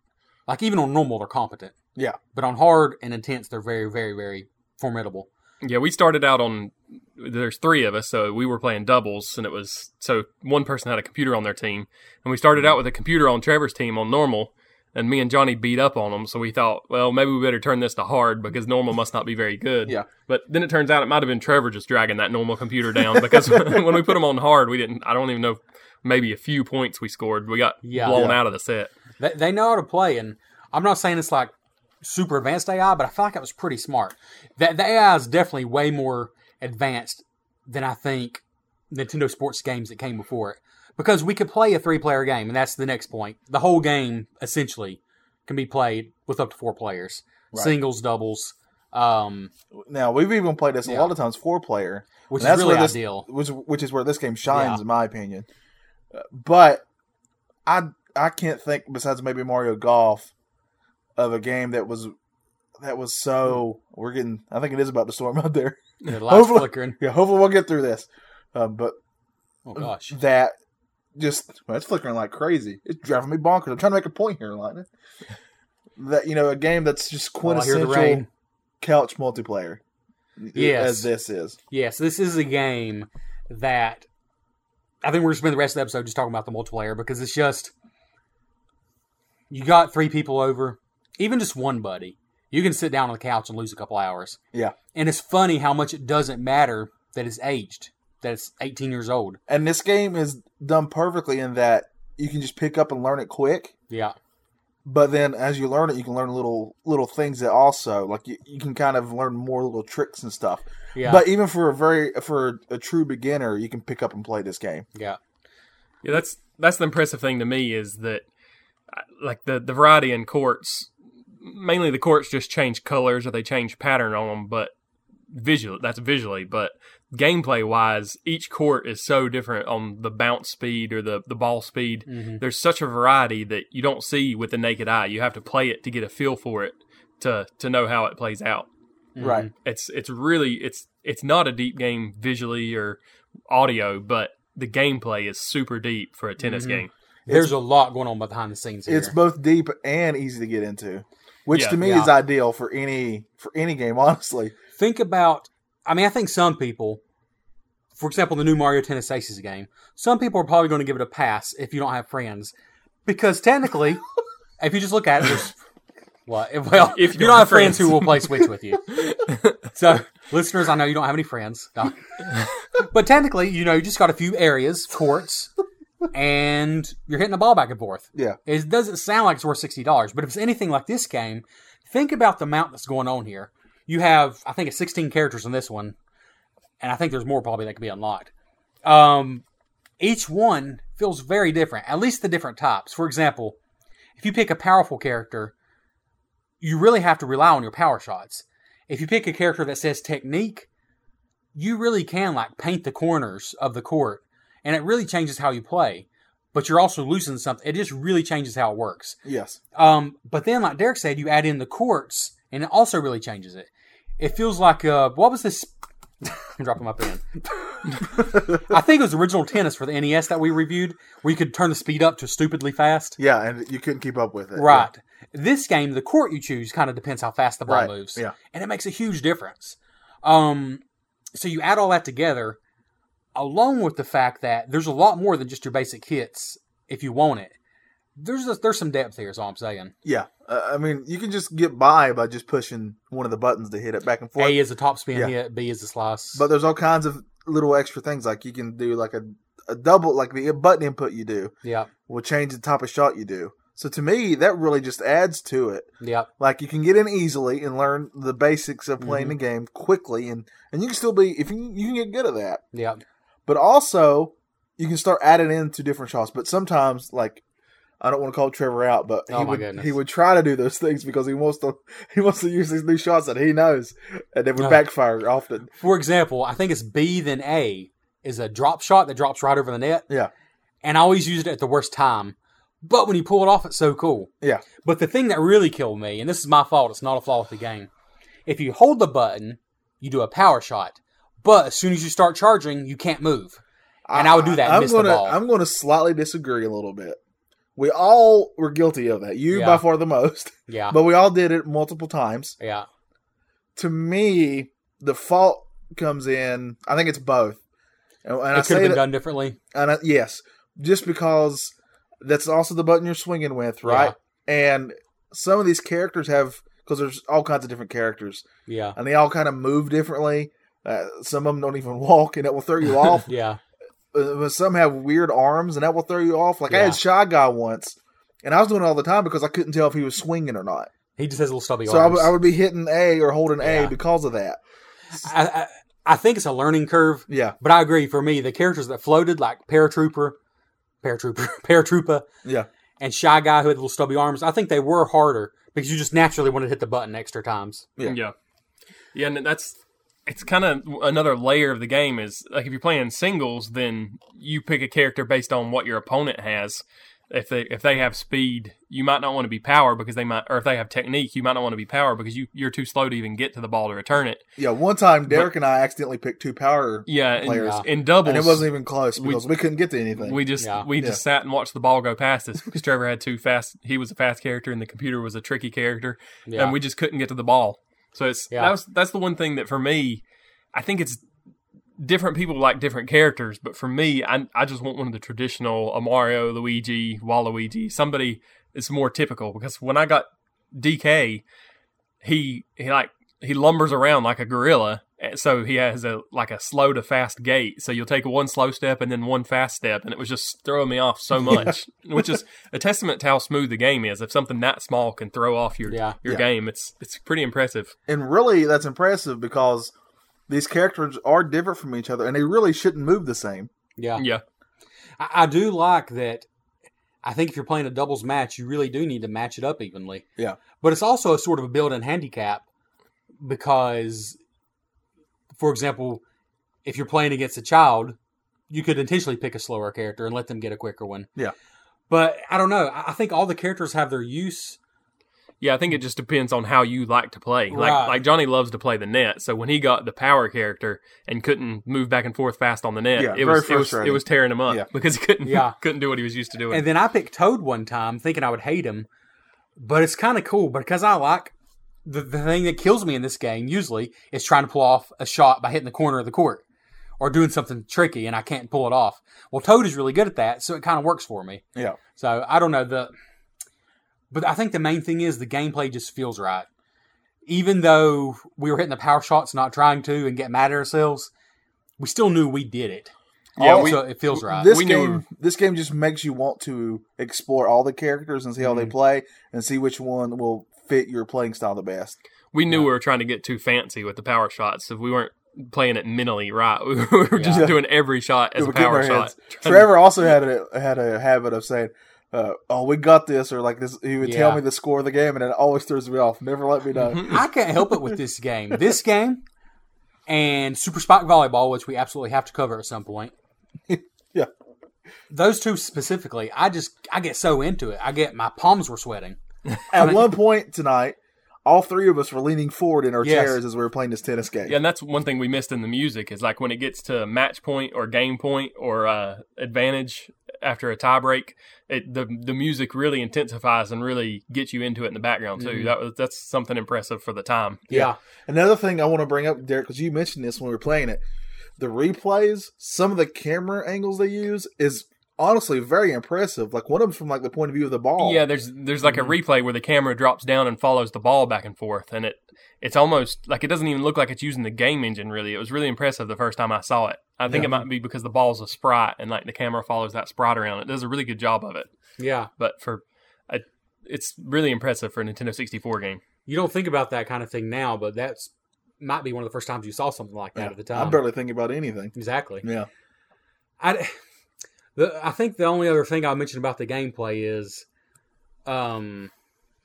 C: Like even on normal, they're competent.
B: Yeah.
C: But on hard and intense, they're very, very, very formidable.
D: Yeah, we started out on there's three of us, so we were playing doubles, and it was so one person had a computer on their team, and we started out with a computer on Trevor's team on normal. And me and Johnny beat up on them, so we thought, well, maybe we better turn this to hard because normal must not be very good.
B: Yeah.
D: But then it turns out it might have been Trevor just dragging that normal computer down because when we put him on hard, we didn't. I don't even know, maybe a few points we scored. We got
C: Yeah.
D: blown
B: Yeah.
D: out of the set.
C: They, they know how to play, and I'm not saying it's like super advanced AI, but I feel like it was pretty smart. That the AI is definitely way more advanced than I think Nintendo sports games that came before it, because we could play a three player game, and that's the next point. The whole game essentially can be played with up to four players,
B: Right.
C: singles, doubles, um,
B: Now we've even played this a
C: Yeah.
B: lot of times four player,
C: which
B: And that's
C: is really
B: where this-
C: ideal.
B: which which is where this game shines
C: Yeah.
B: in my opinion. Uh, But I I can't think besides maybe Mario Golf of a game that was that was so we're getting I think it is about to storm out there.
C: The lights
B: Hopefully-
C: flickering.
B: Yeah, hopefully we'll get through this. Uh, but
C: Oh gosh.
B: that just well, it's flickering like crazy. It's driving me bonkers. I'm trying to make a point here, Lightning. That you know, a game that's just
C: Well, I hear the
B: quintessential
C: rain.
B: couch multiplayer. i-
C: Yes.
B: As this is.
C: Yes, this is a game that I think we're gonna spend the rest of the episode just talking about the multiplayer because it's just you got three people over, even just one buddy. You can sit down on the couch and lose a couple hours.
B: Yeah.
C: And it's funny how much it doesn't matter that it's aged, that it's 18 years old.
B: And this game is done perfectly in that you can just pick up and learn it quick.
C: Yeah.
B: But then as you learn it, you can learn little little things that also like you, you can kind of learn more little tricks and stuff.
C: Yeah.
B: But even for a very for a true beginner, you can pick up and play this game.
C: yeah.
D: Yeah, that's that's the impressive thing to me is that uh, like the the variety in courts, mainly the courts just change colors or they change pattern on them, but visual that's visually, but gameplay wise, each court is so different on the bounce speed or the the ball speed.
C: Mhm.
D: There's such a variety that you don't see with the naked eye. You have to play it to get a feel for it to to know how it plays out
C: mm-hmm.
B: Right.
D: it's it's really it's it's not a deep game visually or audio, but the gameplay is super deep for a tennis
C: Mhm.
B: Mm-hmm.
D: game.
C: There's a lot going on behind the scenes here.
B: It's both deep and easy to get into, which
D: Yeah.
B: to me
C: Yeah.
B: is ideal for any for any game. Honestly,
C: Think about I mean, I think some people, for example, the new Mario Tennis Aces game, some people are probably going to give it a pass if you don't have friends, because technically, if you just look at it, there's, well, if, well,
D: If
C: if
D: you
C: you
D: don't
C: don't
D: have
C: have friends who
D: friends.
C: will play Switch with you, so listeners, I know you don't have any friends, No. but technically, you know, you just got a few areas, courts, and you're hitting the ball back and forth.
B: Yeah.
C: It doesn't sound like it's worth sixty dollars, but if it's anything like this game, think about the amount that's going on here. You have, I think, it's sixteen characters in this one, and I think there's more probably that could be unlocked. Um, each one feels very different, at least the different types. For example, if you pick a powerful character, you really have to rely on your power shots. If you pick a character that says technique, you really can like paint the corners of the court, and it really changes how you play. But you're also losing something. It just really changes how it works.
B: Yes.
C: Um, but then, like Derek said, you add in the courts, and it also really changes it. It feels like uh, what was this? I'm dropping my pen. I think it was original tennis for the NES that we reviewed, where you could turn the speed up to stupidly fast.
B: Yeah, and you couldn't keep up with it.
C: Right. This game, the court you choose kind of depends how fast the ball
B: Right,
C: moves.
B: yeah.
C: And it makes a huge difference. Um, so you add all that together, along with the fact that there's a lot more than just your basic hits if you want it. There's a, there's some depth here, is all I'm saying.
B: Yeah. Uh, I mean, you can just get by by just pushing one of the buttons to hit it back and forth.
C: A is a top spin
B: Yeah.
C: hit, B is a slice.
B: But there's all kinds of little extra things like you can do like a, a double like the button input you do
C: yep,
B: will change the type of shot you do. So to me, that really just adds to it.
C: yep,
B: Like you can get in easily and learn the basics of
C: Mm-hmm.
B: playing the game quickly, and and you can still be if you you can get good at that.
C: yep.
B: But also you can start adding in to different shots. But sometimes like. I don't want to call Trevor out, but he
C: Oh, my
B: would
C: goodness.
B: he would try to do those things because he wants to he wants to use these new shots that he knows, and they would
C: Oh.
B: backfire often.
C: For example, I think it's B then A is a drop shot that drops right over the net.
B: Yeah.
C: And I always use it at the worst time. But when you pull it off, it's so cool.
B: Yeah.
C: But the thing that really killed me, and this is my fault, it's not a flaw with the game. If you hold the button, you do a power shot. But as soon as you start charging, you can't move. And I would do that and
B: I'm
C: miss the
B: gonna,
C: ball.
B: I'm going to slightly disagree a little bit. We all were guilty of that. You by
C: Yeah.
B: far the most,
C: Yeah.
B: but we all did it multiple times.
C: yeah.
B: To me, the fault comes in. I think it's both. And, and I
C: it could have
B: say
C: been
B: that,
C: done differently.
B: and I, yes, just because that's also the button you're swinging with, right? And some of these characters have because there's all kinds of different characters,
C: Yeah.
B: and they all kind of move differently. Uh, some of them don't even walk, and that will throw you off.
C: Yeah.
B: Uh, but some have weird arms, and that will throw you off. Like I
C: Yeah.
B: had Shy Guy once, and I was doing it all the time because I couldn't tell if he was swinging or not.
C: He just has little stubby
B: so I
C: arms.
B: would- I would be hitting A or holding A
C: Yeah.
B: because of that.
C: I, I, I think it's a learning curve.
B: Yeah,
C: But I agree. For me, the characters that floated, like Paratrooper, Paratrooper, Paratroopa,
B: yeah,
C: and Shy Guy, who had little stubby arms, I think they were harder because you just naturally wanted to hit the button extra times.
B: Yeah.
D: Yeah. Yeah, and that's it's kind of another layer of the game is like if you're playing singles, then you pick a character based on what your opponent has. If they if they have speed, you might not want to be power because they might, or if they have technique, you might not want to be power because you you're too slow to even get to the ball to return it.
B: yeah. One time, Derek and I accidentally picked two power,
D: Yeah, and
B: Players.
D: in doubles,
B: and it wasn't even close
D: We-
B: because we, couldn't get to anything.
D: we just
C: Yeah.
D: we just sat and watched the ball go past us because Trevor had two fast. He was a fast character, and the computer was a tricky character.
C: Yeah.
D: and we just couldn't get to the ball. So it's
C: Yeah.
D: that was that's the one thing that for me, I think it's different people like different characters, but for me, I I just want one of the traditional a Mario, Luigi, Waluigi, somebody that's more typical. Because when I got DK, he he like he lumbers around like a gorilla. and So he has a like a slow to fast gait. So you'll take one slow step and then one fast step, and it was just throwing me off so much, which is a testament to how smooth the game is. If something that small can throw off your
C: Yeah.
D: your
B: Yeah.
D: game, it's it's pretty impressive.
B: and really, that's impressive because these characters are different from each other, and they really shouldn't move the same.
C: yeah.
D: Yeah,
C: I, I do like that. I think if you're playing a doubles match, you really do need to match it up evenly.
B: Yeah.
C: But it's also a sort of a built in handicap because, for example, if you're playing against a child, you could intentionally pick a slower character and let them get a quicker one.
B: Yeah.
C: But I don't know. I I think all the characters have their use.
D: yeah. I think it just depends on how you like to play. Like
C: Right.
D: like Johnny loves to play the net. So when he got the power character and couldn't move back and forth fast on the net,
B: Yeah,
D: it,
B: very
D: was, it was it
B: frustrating.
D: was tearing him up
B: Yeah.
D: because he couldn't
C: Yeah.
D: couldn't do what he was used to doing.
C: And then I picked Toad one time, thinking I would hate him, but it's kind of cool because I like the, the thing that kills me in this game usually is trying to pull off a shot by hitting the corner of the court or doing something tricky and I can't pull it off. Well, Toad is really good at that, so it kind of works for me.
B: Yeah.
C: So I don't know the, but I think the main thing is the gameplay just feels right. Even though we were hitting the power shots, not trying to, and get mad at ourselves, we still knew we did it.
D: Yeah,
C: Oh,
D: we-
C: so it feels right.
B: This
D: We knew-
B: game, this game just makes you want to explore all the characters and see
D: Mhm.
B: how they play and see which one will fit your playing style the best.
D: We knew we were trying to get too fancy with the power shots. If we weren't playing it mentally right, we were just
B: Yeah.
D: doing every shot as
B: We're
D: a
B: getting
D: power
B: our
D: shot.
B: heads- Trevor also had a had a habit of saying, uh, "Oh, we got this," or like this. He would tell
C: Yeah.
B: me the score of the game, and it always throws me off. Never let me
D: Mm-hmm.
B: know.
C: I can't help it with this game. This game and Super Spike Volleyball, which we absolutely have to cover at some point.
B: Yeah.
C: Those two specifically, I just I get so into it. I get my palms were sweating.
B: At one point tonight, all three of us were leaning forward in our
C: Yes.
B: chairs as we were playing this tennis game.
D: Yeah, and that's one thing we missed in the music is like when it gets to match point or game point or uh, advantage after a tiebreak, it the the music really intensifies and really gets you into it in the background too.
B: Mm-hmm.
D: That was that's something impressive for the time.
B: Yeah. Another thing I want to bring up, Derek, because you mentioned this when we were playing it, the replays, some of the camera angles they use is honestly very impressive. Like one of them from like the point of view of the ball.
D: Yeah, there's there's like a replay where the camera drops down and follows the ball back and forth, and it it's almost like it doesn't even look like it's using the game engine. Really, it was really impressive the first time I saw it. I think it might be because the ball's a sprite and like the camera follows that sprite around. It does a really good job of it,
C: Yeah.
D: but for I, it's really impressive for a Nintendo 64 game.
C: You don't think about that kind of thing now, but that's might be one of the first times you saw something like that
B: Yeah.
C: at the time.
B: I barely think about anything.
C: Exactly.
B: Yeah.
C: I, the, I think the only other thing I'll mention about the gameplay is, um,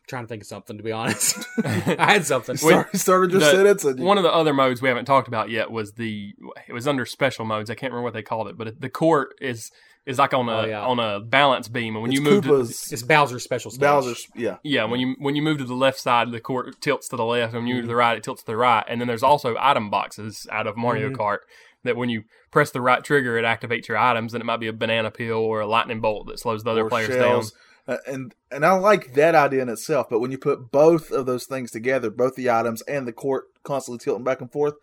C: trying to think of something to be honest. I had something.
B: Sorry, started your
D: the-
B: sentence. And
D: One of the other modes we haven't talked about yet was the it was under special modes. I can't remember what they called it, but it- the court is is like on a
C: Oh, yeah.
D: on a balance beam, and when
B: it's
D: you move to,
B: Koopa's
C: It's Bowser's special stage.
B: Bowser's. Yeah.
D: Yeah, when you when you move to the left side, the court tilts to the left. When you move to the right, it tilts to the right. And then there's also item boxes out of
B: Mm-hmm.
D: Mario Kart that when you press the right trigger, it activates your items, and it might be a banana peel or a lightning bolt that slows the other
B: or
D: players
B: shells.
D: down.
B: Uh, and and I like that idea in itself, but when you put both of those things together, both the items and the court constantly tilting back and forth,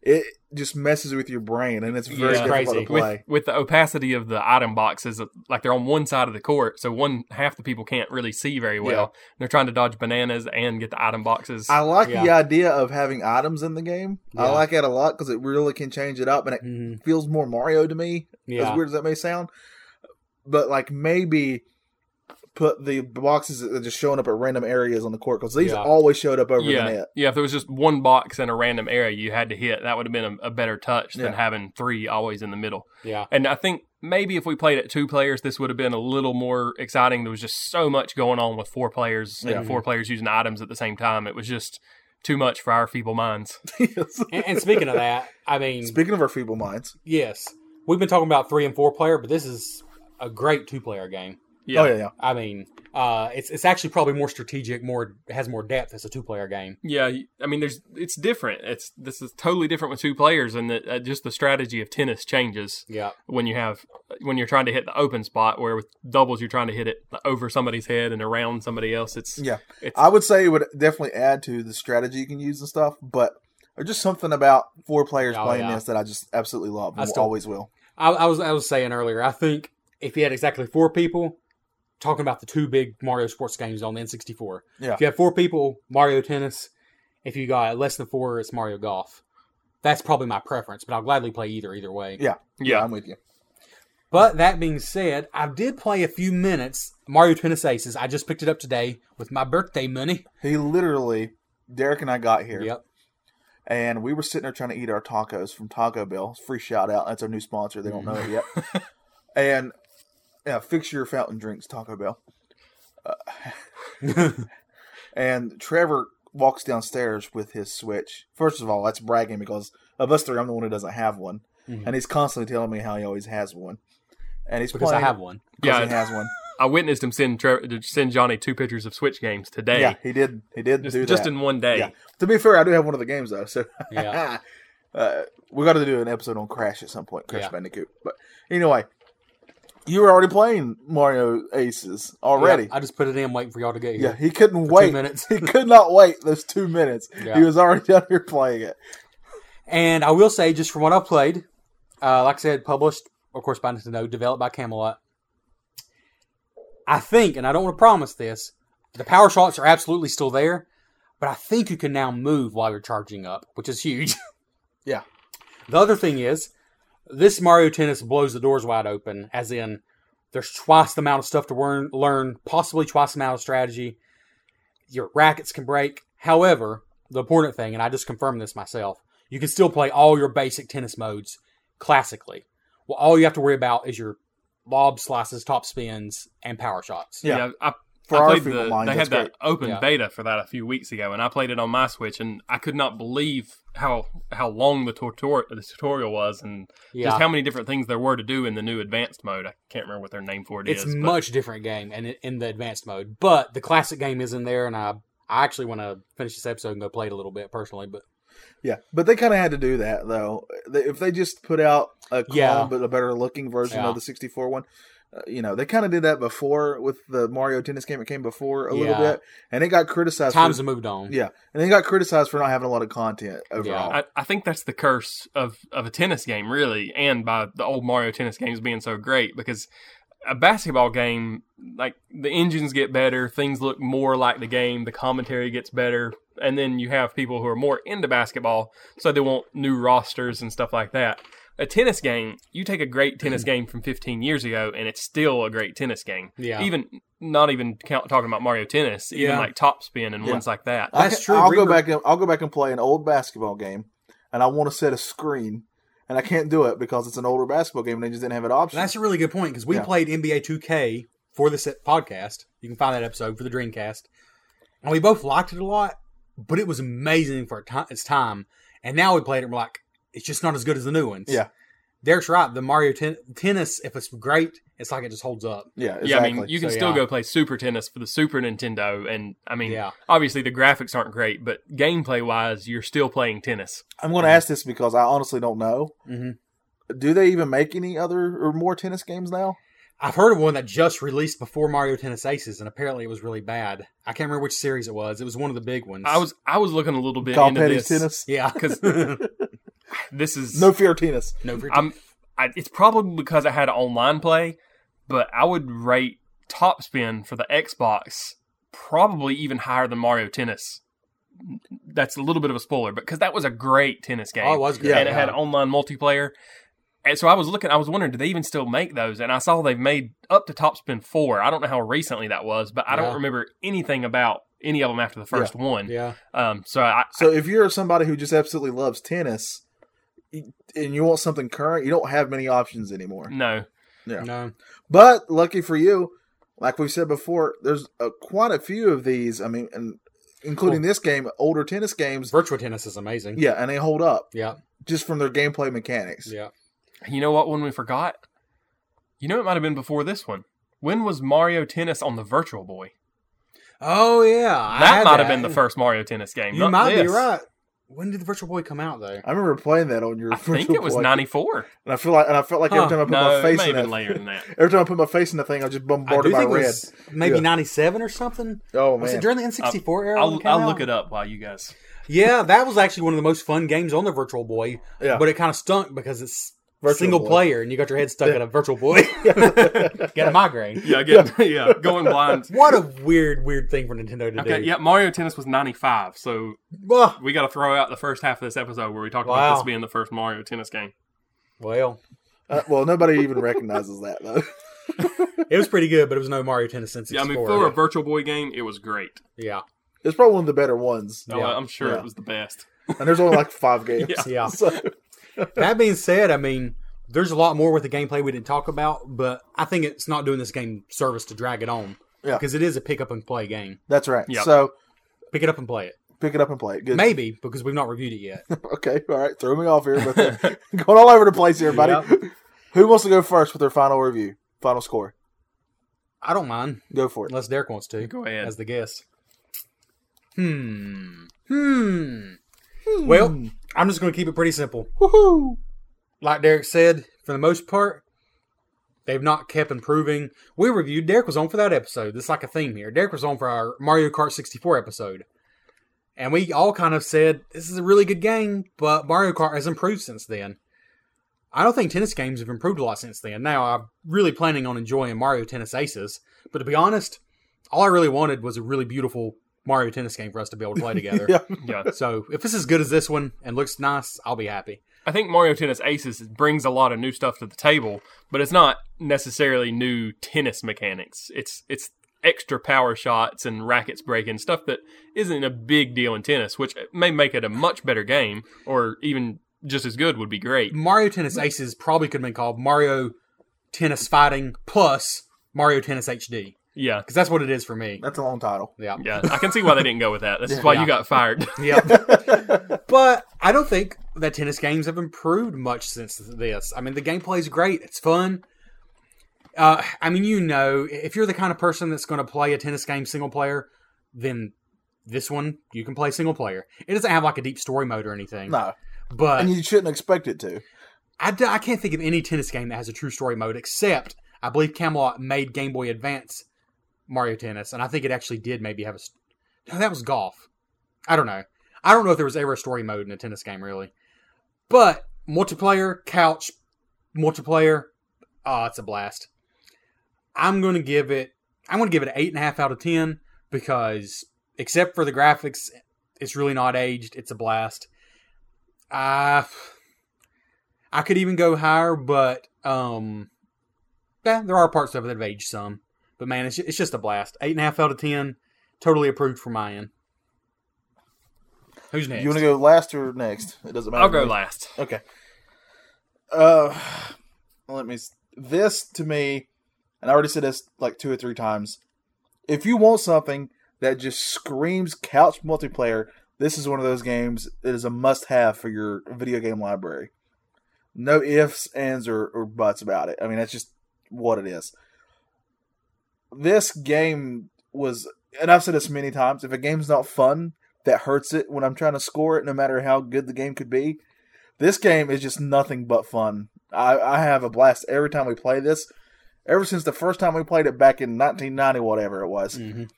B: it just messes with your brain, and it's very
D: Yeah.
B: difficult to
C: Crazy.
B: play.
D: With, with the opacity of the item boxes, uh, like they're on one side of the court, so one half the people can't really see very well. They're trying to dodge bananas and get the item boxes.
B: I like the
C: Yeah.
B: idea of having items in the game. I
C: Yeah.
B: like it a lot because it really can change it up, and it
C: Mhm.
B: feels more Mario to me.
C: Yeah.
B: As weird as that may sound, but like maybe put the boxes that are just showing up at random areas on the court because these
C: Yeah.
B: always showed up over
D: yeah,
B: the net.
D: yeah. If there was just one box in a random area you had to hit, that would have been a, a better touch than
B: Yeah.
D: having three always in the middle.
C: Yeah.
D: And I think maybe if we played at two players, this would have been a little more exciting. There was just so much going on with four players
B: Yeah.
D: and four players using items at the same time. It was just too much for our feeble minds.
B: Yes.
C: And, and speaking of that, I mean,
B: Speaking of our feeble minds,
C: yes, we've been talking about three and four player, but this is a great two player game.
D: Yeah.
B: oh yeah, yeah.
C: I mean, uh, it's it's actually probably more strategic, more has more depth as a two player game.
D: Yeah, I mean, there's it's different. It's this is totally different with two players, and the, uh, just the strategy of tennis changes
C: Yeah.
D: when you have when you're trying to hit the open spot. Where with doubles, you're trying to hit it over somebody's head and around somebody else. It's
B: Yeah.
D: it's
B: I would say it would definitely add to the strategy you can use and stuff, but there's just something about four players
C: Oh,
B: playing
C: yeah.
B: this that I just absolutely love
C: I
B: and will
C: still-
B: always will.
C: I, I was I was saying earlier. I think if you had exactly four people, talking about the two big Mario sports games on the N64.
B: Yeah.
C: If you have four people, Mario Tennis. If you got less than four, it's Mario Golf. That's probably my preference, but I'll gladly play either either way.
B: Yeah,
D: yeah.
B: I'm with you.
C: But that being said, I did play a few minutes Mario Tennis Aces. I just picked it up today with my birthday money.
B: He literally, Derek and I got here,
C: Yep.
B: and we were sitting there trying to eat our tacos from Taco Bell. It's a free shout out. That's our new sponsor. They don't know it yet. and yeah, fix your fountain drinks, Taco Bell. Uh, And Trevor walks downstairs with his Switch. First of all, that's bragging because of us three, I'm the one who doesn't have one,
C: Mm-hmm.
B: and he's constantly telling me how he always has one. And he's
C: because I
B: playing
C: have one.
B: because
D: Yeah.
B: he has one.
D: I witnessed him send Tre- to send Johnny two pictures of Switch games today.
B: Yeah, he did. He did do
D: just,
B: that.
D: just in one day.
B: yeah. To be fair, I do have one of the games though. So
C: Yeah.
B: Ah, uh, we got to do an episode on Crash at some point, Crash
C: Yeah.
B: Bandicoot. But anyway, You were already playing Mario Aces already.
C: I just put it in, waiting for y'all to get
B: Yeah,
C: here.
B: he couldn't
C: two
B: wait.
C: minutes.
B: he could not wait those two minutes.
C: Yeah.
B: He was already down here playing it.
C: And I will say, just from what I've played, uh, like I said, published, of course, by Nintendo, developed by Camelot. I think, and I don't want to promise this, the power shots are absolutely still there, but I think you can now move while you're charging up, which is huge.
B: Yeah.
C: The other thing is, this Mario Tennis blows the doors wide open, as in, there's twice the amount of stuff to learn, learn possibly twice the amount of strategy. Your rackets can break. However, the important thing, and I just confirmed this myself, you can still play all your basic tennis modes classically. Well, all you have to worry about is your lob slices, top spins, and power shots.
B: Yeah.
D: I,
B: For
D: I
B: our
D: played
B: feeble
D: the,
B: minds,
D: they
B: that's
D: had that open
C: Yeah.
D: beta for that a few weeks ago, and I played it on my Switch, and I could not believe how how long the tutorial the tutorial was, and
C: Yeah.
D: just how many different things there were to do in the new advanced mode. I can't remember what their name for it
C: it's
D: is, but-
C: much different game and it- in the advanced mode, but the classic game is in there, and I I actually want to finish this episode and go play it a little bit personally, but
B: Yeah, but they kind of had to do that though. They- If they just put out a clone
C: Yeah.
B: but a better looking version
C: Yeah.
B: of the 64 one, uh, you know, they kind of did that before with the Mario Tennis game. It came before a little
C: Yeah.
B: bit, and it got criticized.
C: times
B: for,
C: have moved on.
B: yeah, and it got criticized for not having a lot of content overall.
D: I, I think that's the curse of, of a tennis game, really, and by the old Mario tennis games being so great because a basketball game, like the engines get better, things look more like the game, the commentary gets better, and then you have people who are more into basketball, so they want new rosters and stuff like that. A tennis game, you take a great tennis game from 15 years ago, and it's still a great tennis game.
C: Yeah.
D: Even not even count, talking about Mario Tennis, even
C: Yeah.
D: like Top Spin and
B: Yeah.
D: ones like that.
B: I
C: That's
B: ca-
C: true.
B: I'll go
C: Reaper-
B: back. And, I'll go back and play an old basketball game, and I want to set a screen, and I can't do it because it's an older basketball game, and they just didn't have an option.
C: That's a really good point because we
B: Yeah.
C: played NBA 2K for this e, podcast. You can find that episode for the Dreamcast, and we both liked it a lot. But it was amazing for ti- its time, and now we played it. and We're like, it's just not as good as the new ones.
B: Yeah.
C: Derek's right. The Mario ten- tennis, if it's great, it's like it just holds up.
B: yeah, exactly.
D: Yeah, I mean, you can
C: So,
D: still
C: yeah.
D: go play Super Tennis for the Super Nintendo, and I mean,
C: Yeah.
D: obviously the graphics aren't great, but gameplay wise, you're still playing tennis.
B: I'm going to ask this because I honestly don't know.
C: Mm-hmm.
B: Do they even make any other or more tennis games now?
C: I've heard of one that just released before Mario Tennis Aces, and apparently it was really bad. I can't remember which series it was. It was one of the big ones.
D: I was I was looking a little bit
B: Call
D: into
B: Petty's
D: this
B: tennis.
C: yeah,
D: because this is
B: No fear tennis.
C: no, for-
D: I'm I, it's probably because I had online play, but I would rate Top Spin for the Xbox probably even higher than Mario Tennis. That's a little bit of a spoiler, but because that was a great tennis game.
C: oh, it was good.
B: Yeah,
D: and it had online multiplayer. And so I was looking, I was wondering, do they even still make those? And I saw they've made up to Topspin 4. I don't know how recently that was, but
C: Yeah.
D: I don't remember anything about any of them after the first one.
C: yeah.
D: Um, so I,
B: So if you're somebody who just absolutely loves tennis and you want something current, you don't have many options anymore.
D: no.
B: Yeah.
C: No,
B: But lucky for you, like we've said before, there's uh, quite a few of these. I mean, and including
D: Oh.
B: this game, older tennis games.
C: virtual tennis is amazing.
B: Yeah, and they hold up
C: yeah,
B: just from their gameplay mechanics.
C: yeah.
D: You know what one we forgot? You know, it might have been before this one. When was Mario Tennis on the Virtual Boy?
C: Oh yeah, I
D: That
C: had
D: might have been the first Mario Tennis game.
C: You
D: not
C: might be
D: this.
C: right. When did the Virtual Boy come out though?
B: I remember playing that on your.
D: I think
B: virtual
D: it was
B: boy.
D: 94.
B: and I feel like, and I felt like
C: Huh.
B: every time I put
D: No,
B: my
D: it
B: face
D: may have
B: in that,
D: been later than that.
B: every time I put my face in the thing, I was just
C: I do
B: bombarded by
C: think it
B: red.
C: was maybe
B: Yeah.
C: '97 or something.
B: oh
C: Was
B: man,
C: it during the N64 era?
D: I'll, I'll look it up while you guys.
C: Yeah, that was actually one of the most fun games on the Virtual Boy,
B: yeah.
C: but it kind of stunk because it's
B: Virtual
C: single
B: Boy.
C: player and you got your head stuck in a Virtual Boy. Get a migraine.
D: Yeah, get, yeah, going blind.
C: What a weird, weird thing for Nintendo to
D: Okay,
C: do.
D: yeah, Mario Tennis was 95, so
C: Well,
D: we got to throw out the first half of this episode where we talked
C: Wow.
D: about this being the first Mario Tennis game.
C: well,
B: Uh, well, nobody even recognizes that though.
C: it was pretty good, but it was no Mario Tennis N64.
D: Yeah, I mean, for a Virtual Boy game, it was great.
C: yeah,
B: It's probably one of the better ones,
D: Oh,
C: Yeah.
D: I'm sure
B: Yeah.
D: it was the best.
B: and there's only like five games.
D: Yeah.
C: yeah.
B: So,
C: that being said, I mean, there's a lot more with the gameplay we didn't talk about, but I think it's not doing this game service to drag it on.
B: Yeah.
C: Because it is a pick up and play game.
B: that's right.
D: Yeah.
B: So
C: Pick it up and play it.
B: pick it up and play it. Good.
C: Maybe, because we've not reviewed it yet.
B: Okay, all right. Throw me off here, but uh, going all over the place here, buddy. Who wants to go first with their final review, final score?
C: I don't mind,
B: Go for it.
C: unless Derek wants to,
D: Go ahead.
C: as the guest. Hmm. Hmm. Well, I'm just going to keep it pretty simple.
B: Woohoo!
C: Like Derek said, for the most part, They've not kept improving. We reviewed. Derek was on for that episode. It's like a theme here. Derek was on for our Mario Kart 64 episode, and we all kind of said this is a really good game, but Mario Kart has improved since then. I don't think tennis games have improved a lot since then. Now I'm really planning on enjoying Mario Tennis Aces, but to be honest, all I really wanted was a really beautiful Mario Tennis game for us to be able to play together.
B: Yeah.
D: Yeah.
C: So if it's as good as this one and looks nice, I'll be happy.
D: I think Mario Tennis Aces brings a lot of new stuff to the table, but it's not necessarily new tennis mechanics. It's it's extra power shots and rackets breaking stuff that isn't a big deal in tennis, which may make it a much better game or even just as good would be great.
C: Mario Tennis Aces probably could have been called Mario Tennis Fighting plus Mario Tennis HD
D: Yeah.
C: because that's what it is for me.
B: That's a long title.
C: Yeah.
D: Yeah, I can see why they didn't go with that. That's why you got fired.
C: Yeah. but I don't think that tennis games have improved much since this. I mean, the gameplay's great. It's fun. Uh, I mean, you know, if you're the kind of person that's going to play a tennis game single player, then this one you can play single player. It doesn't have like a deep story mode or anything.
B: No,
C: But
B: and you shouldn't expect it to.
C: I, d- I can't think of any tennis game that has a true story mode, except I believe Camelot made Game Boy Advance Mario Tennis, and I think it actually did maybe have a. St- no, that was golf. I don't know. I don't know if there was ever a story mode in a tennis game, really. But multiplayer, couch, multiplayer, oh, it's a blast. I'm going to give it. I'm going to give it an eight and a half out of ten because, except for the graphics, it's really not aged. It's a blast. Uh, I could even go higher, but um, yeah, there are parts of it that have aged some. But man, it's, it's just a blast. Eight and a half out of ten, totally approved for my end. Who's next?
B: You want to go last or next? It doesn't matter.
D: I'll go
B: to me.
D: last.
B: Okay. Uh, let me. s- This to me, and I already said this like two or three times. If you want something that just screams couch multiplayer, this is one of those games that is a must-have for your video game library. No ifs, ands, or, or buts about it. I mean, that's just what it is. This game was, and I've said this many times. If a game's not fun, that hurts it when I'm trying to score it, no matter how good the game could be this game is just nothing but fun. I, I have a blast every time we play this. Ever since the first time we played it back in 1990, whatever it was,
C: Mhm.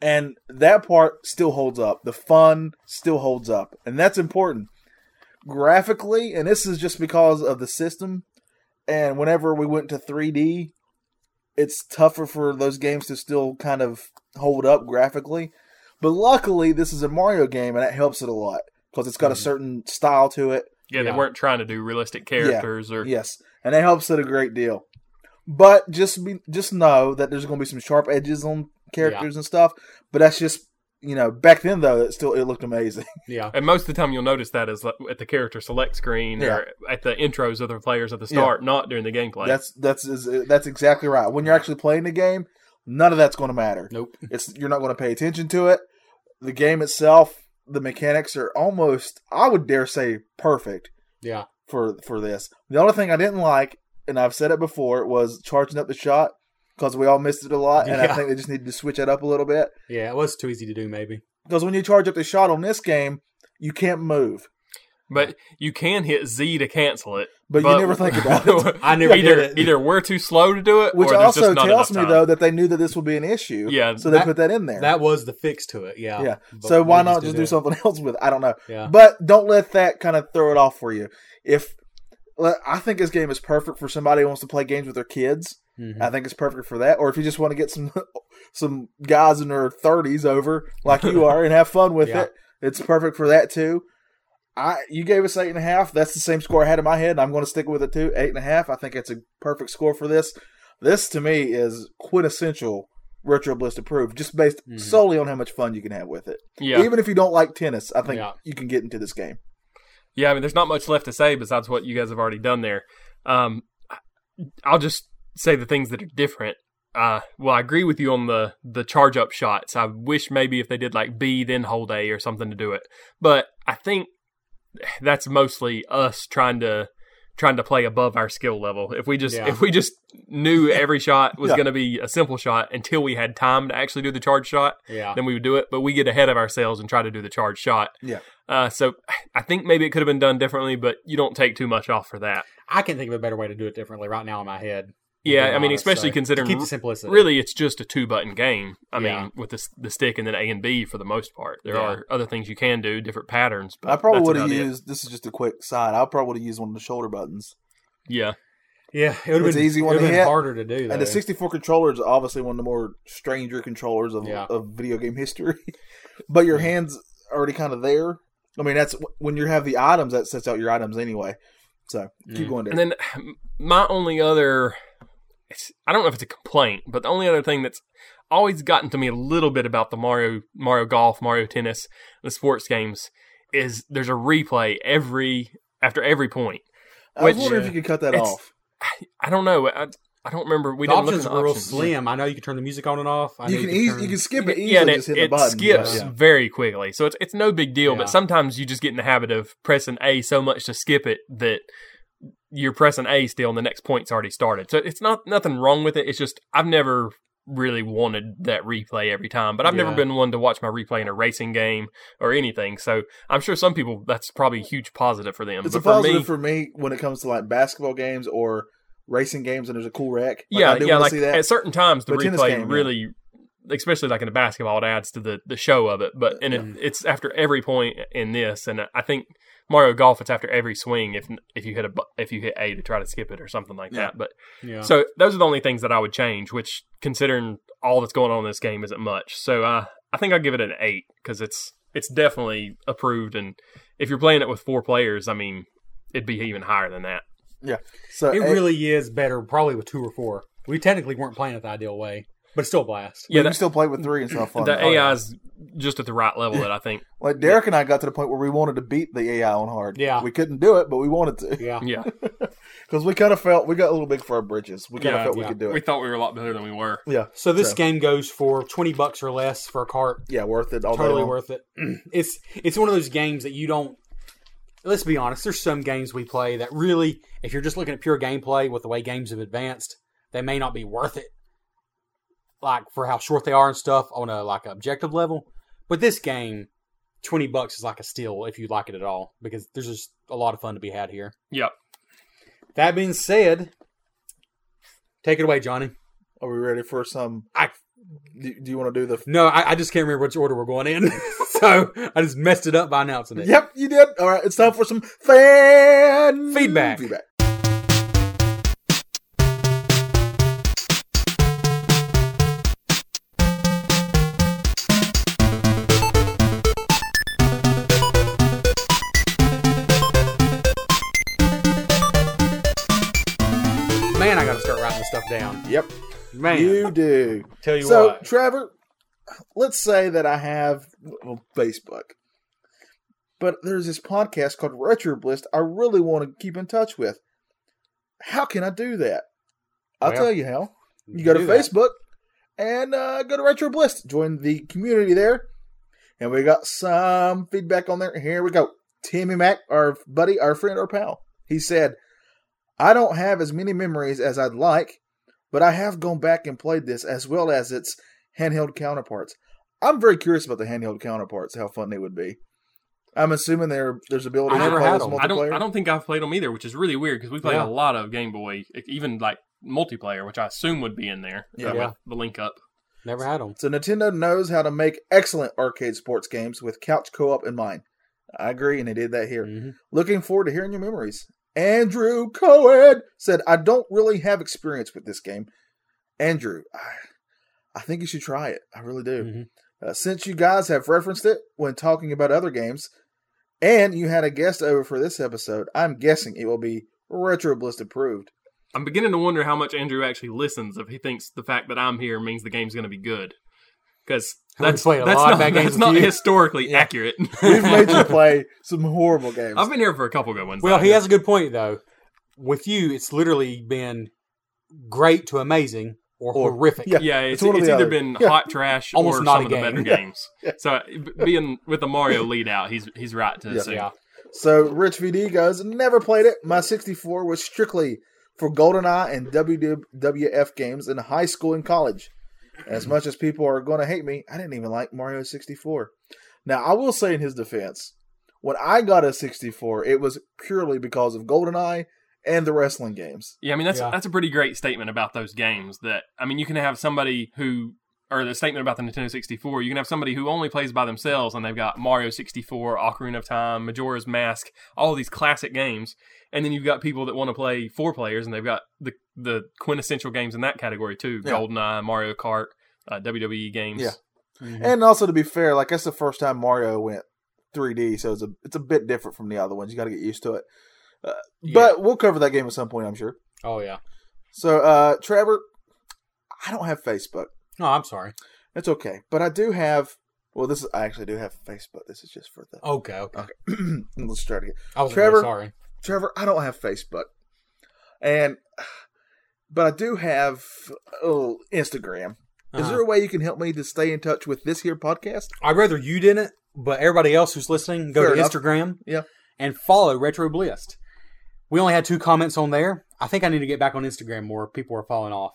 B: and that part still holds up. The fun still holds up, and that's important. Graphically, and this is just because of the system. And whenever we went to 3D, it's tougher for those games to still kind of hold up graphically. But luckily, this is a Mario game, and that helps it a lot because it's got a certain style to it.
D: Yeah,
C: Yeah.
D: they weren't trying to do realistic characters or
B: Yes, and that helps it a great deal. But just be just know that there's going to be some sharp edges on characters and stuff. But that's just you know back then though it still it looked amazing.
C: Yeah,
D: And most of the time, you'll notice that is like at the character select screen or at the intros of the players at the start, not during the gameplay.
B: that's that's is- that's exactly right. When you're actually playing the game, none of that's going to matter.
C: nope.
B: It's you're not going to pay attention to it. The game itself, the mechanics are almost I would dare say perfect.
C: Yeah,
B: for for this. The only thing I didn't like, and I've said it before, was charging up the shot because we all missed it a lot, and I
C: Yeah.
B: think they just needed to switch that up a little bit.
C: yeah, it was too easy to do. Maybe
B: Because when you charge up the shot on this game, you can't move,
D: But you can hit Z to cancel it.
B: but, you never think about it.
C: I never
D: either
C: did it.
D: either we're too slow to do it,
B: Which
D: or there's
B: also
D: just not
B: tells
D: enough
B: me
D: time.
B: though that they knew that this would be an issue.
D: Yeah,
B: so they
C: that-
B: put that in there.
C: that was the fix to it. Yeah,
B: yeah.
C: But
B: So why
C: we
B: not
C: did
B: just
C: that.
B: do something else with? It? I don't know.
C: Yeah,
B: But don't let that kind of throw it off for you. If le- I think this game is perfect for somebody who wants to play games with their kids.
C: Mhm.
B: I think it's perfect for that. Or if you just want to get some some guys in their thirties over like you are and have fun with
C: Yeah.
B: it, it's perfect for that too. I you gave us eight and a half. That's the same score I had in my head. and I'm going to stick with it too. Eight and a half. I think it's a perfect score for this. This to me is quintessential retro bliss approved, just based
C: Mhm.
B: solely on how much fun you can have with it.
D: yeah,
B: Even if you don't like tennis, I think
C: Yeah.
B: you can get into this game.
D: yeah. I mean, there's not much left to say besides what you guys have already done there. Um, I- I'll just say the things that are different. Uh, well, I agree with you on the the charge up shots. I wish maybe if they did like B then hold A or something to do it, but I think that's mostly us trying to trying to play above our skill level. If we just
C: Yeah.
D: if we just knew every shot was
B: Yeah.
D: going to be a simple shot until we had time to actually do the charge shot,
C: yeah.
D: then we would do it. But we get ahead of ourselves and try to do the charge shot.
B: Yeah.
D: Uh, so I think maybe it could have been done differently, but you don't take too much off for that.
C: I can think of a better way to do it differently right now in my head.
D: Yeah,
E: being
D: I mean,
E: honest,
D: especially
E: so-
D: considering
E: keep the simplicity.
D: really it's just a two button game. I
E: Yeah.
D: mean, with the, s- the stick and then A and B for the most part. There
E: Yeah.
D: are other things you can do, different patterns. But
B: I probably
D: that's
B: would have
D: about it.
B: used. This is just a quick side. I probably would have used one of the shoulder buttons.
D: Yeah,
E: Yeah,
C: It would have
B: It's
C: been,
B: an easy
C: it
B: one
C: would've
B: to
C: been
B: hit.
C: harder to do. Though.
B: And the 64 controller is obviously one of the more stranger controllers of,
E: Yeah.
B: of video game history. but your hands already kind of there. I mean, that's when you have the items that sets out your items anyway. So keep
E: Mm.
B: going. Derek.
D: and then my only other, it's, I don't know if it's a complaint, but the only other thing that's always gotten to me a little bit about the Mario Mario Golf, Mario Tennis, the sports games is there's a replay every after every point.
B: I was
D: which-
B: wondering if you could cut that
D: It's-
B: off.
D: I don't know. I, I don't remember. We
C: the
D: didn't look
C: options
D: at the
C: were real
D: options.
C: slim. I know you can turn the music on and off. I know
B: You can
C: you
B: eas
C: turn-
B: you can skip it easily.
D: Yeah, and it,
B: just hit the
D: it
B: button.
D: skips
B: Yeah.
D: very quickly, so it's it's no big deal.
C: Yeah.
D: But sometimes you just get in the habit of pressing A so much to skip it that you're pressing A still, and the next point's already started. So it's not nothing wrong with it. It's just I've never really wanted that replay every time, but I've never
C: Yeah.
D: been one to watch my replay in a racing game or anything. So I'm sure some people that's probably a huge positive for them.
B: It's
D: but
B: a positive
D: for me,
B: for me when it comes to like basketball games or racing games, and there's a cool wreck. Like,
D: yeah,
B: I do
D: yeah.
B: wanna
D: Like
B: see that.
D: at certain times, the
B: But tennis
D: replay
B: game, yeah.
D: really, especially like in the basketball, it adds to the the show of it. But and it, it's after every point in this, and I think Mario Golf, it's after every swing if if you hit a bu- if you hit A to try to skip it or something like
B: Yeah.
D: that. But
C: Yeah.
D: so those are the only things that I would change. Which considering all that's going on in this game isn't much. So uh, I think I'll give it an eight because it's it's definitely approved. And if you're playing it with four players, I mean, it'd be even higher than that.
B: so
C: it
B: eh,
C: really is better, probably with two or four. We technically weren't playing it the ideal way, but it's still a blast.
B: yeah,
D: Yeah,
B: you
D: that,
B: still play with three and stuff. Fun.
D: the
B: Oh, yeah.
D: AI's just at the right level that I think.
B: Like Derek and I got to the point where we wanted to beat the AI on hard.
C: Yeah.
B: we couldn't do it, but we wanted to
C: Yeah.
D: Yeah.
B: because we kind of felt we got a little big for our britches. We kind of
D: Yeah,
B: felt we
C: yeah.
B: could do it.
D: We thought we were a lot better than we were.
B: yeah,
C: So this
B: So-
C: game goes for twenty bucks or less for a cart.
B: yeah, worth it. All day
C: Totally
B: long.
C: worth it. It's it's one of those games that you don't. Let's be honest. There's some games we play that really, if you're just looking at pure gameplay with the way games have advanced, they may not be worth it. Like for how short they are and stuff on a like objective level, but this game, twenty bucks is like a steal if you like it at all because there's just a lot of fun to be had here.
D: Yep.
C: That being said, take it away, Johnny.
B: Are we ready for some?
C: I
B: Do, do you want to do the?
C: no, I, I just can't remember which order we're going in, so I just messed it up by announcing it.
B: Yep, you did. All right, it's time for some fan
C: Feedback.
B: Feedback.
C: Man, I gotta start writing this stuff down.
B: Yep,
C: Man,
B: you do.
C: tell you
B: so,
C: what,
B: Trevor, let's say that I have well, Facebook, but there's this podcast called Retro Bliss I really want to keep in touch with. How can I do that? I'll
C: Well,
B: tell you how. You go to
C: do that.
B: Facebook and uh, go to Retro Bliss. Join the community there. And we got some feedback on there. Here we go. Timmy Mac, our buddy, our friend, our pal. He said, I don't have as many memories as I'd like, but I have gone back and played this as well as its handheld counterparts. I'm very curious about the handheld counterparts, how fun they would be. I'm assuming there there's ability
C: I
B: to
C: never
B: play
C: had
B: as
C: them.
B: multiplayer.
D: I don't. I don't think I've played them either, which is really weird because we played
C: Yeah.
D: a lot of Game Boy, e, even like multiplayer, which I assume would be in there.
B: Yeah.
D: uh,
C: Yeah.
D: with the link up.
C: never had them.
B: So Nintendo knows how to make excellent arcade sports games with couch co-op in mind. I agree, and they did that here.
C: Mhm.
B: Looking forward to hearing your memories. Andrew Cohen said, "I don't really have experience with this game." Andrew, I, I think you should try it. I really do.
C: Mhm.
B: Uh, since you guys have referenced it when talking about other games, and you had a guest over for this episode, I'm guessing it will be Retro Bliss approved.
D: I'm beginning to wonder how much Andrew actually listens if he thinks the fact that I'm here means the game's going to be good. Because
C: I would've
D: that's
C: played a
D: that's
C: lot of
D: not,
C: bad games
D: that's
C: with
D: not
C: you.
D: historically accurate.
B: We've made you play some horrible games.
D: I've been here for a couple good ones.
C: Well,
D: though.
C: he has a good point though. With you, it's literally been great to amazing or,
B: Or-
C: horrific.
B: yeah.
D: Yeah, it's,
B: It's one or
D: it's
B: the
D: either
B: other.
D: been
B: Yeah.
D: hot trash
C: Almost
D: or
C: not
D: some
C: a
D: of the
C: game.
D: better
B: Yeah.
D: games. So b- being with the Mario lead out, he's he's right to
B: Yeah.
D: assume.
C: Yeah.
B: So Rich VD goes, never played it. My 64 was strictly for GoldenEye and WWF games in high school and college. As much as people are going to hate me, I didn't even like Mario 64. Now, I will say in his defense, when I got a 64, it was purely because of GoldenEye and the wrestling games.
D: Yeah, I mean that's
C: Yeah.
D: that's a pretty great statement about those games. That I mean, you can have somebody who, or the statement about the Nintendo 64. You can have somebody who only plays by themselves, and they've got Mario 64, Ocarina of Time, Majora's Mask, all these classic games. And then you've got people that want to play four players, and they've got the the quintessential games in that category too:
B: Yeah.
D: GoldenEye, Mario Kart, uh, WWE games.
B: Yeah.
C: Mm-hmm.
B: And also to be fair, like that's the first time Mario went 3D, so it's a it's a bit different from the other ones. You got to get used to it. Uh, But we'll cover that game at some point, I'm sure.
C: Oh yeah.
B: So, uh, Trevor, I don't have Facebook.
C: No, Oh, I'm sorry.
B: That's okay, but I do have. Well, this is I actually do have Facebook. This is just for the.
C: Okay. Okay.
B: Okay, let's start again.
C: I was
B: Trevor-
C: really sorry.
B: Trevor, I don't have Facebook, and but I do have oh, Instagram. Is
C: Uh-huh.
B: there a way you can help me to stay in touch with this here podcast?
C: I'd rather you didn't, but everybody else who's listening, go
B: Fair
C: to
B: enough.
C: Instagram
B: Yeah.
C: and follow Retro Blist. We only had two comments on there. I think I need to get back on Instagram more. People are falling off.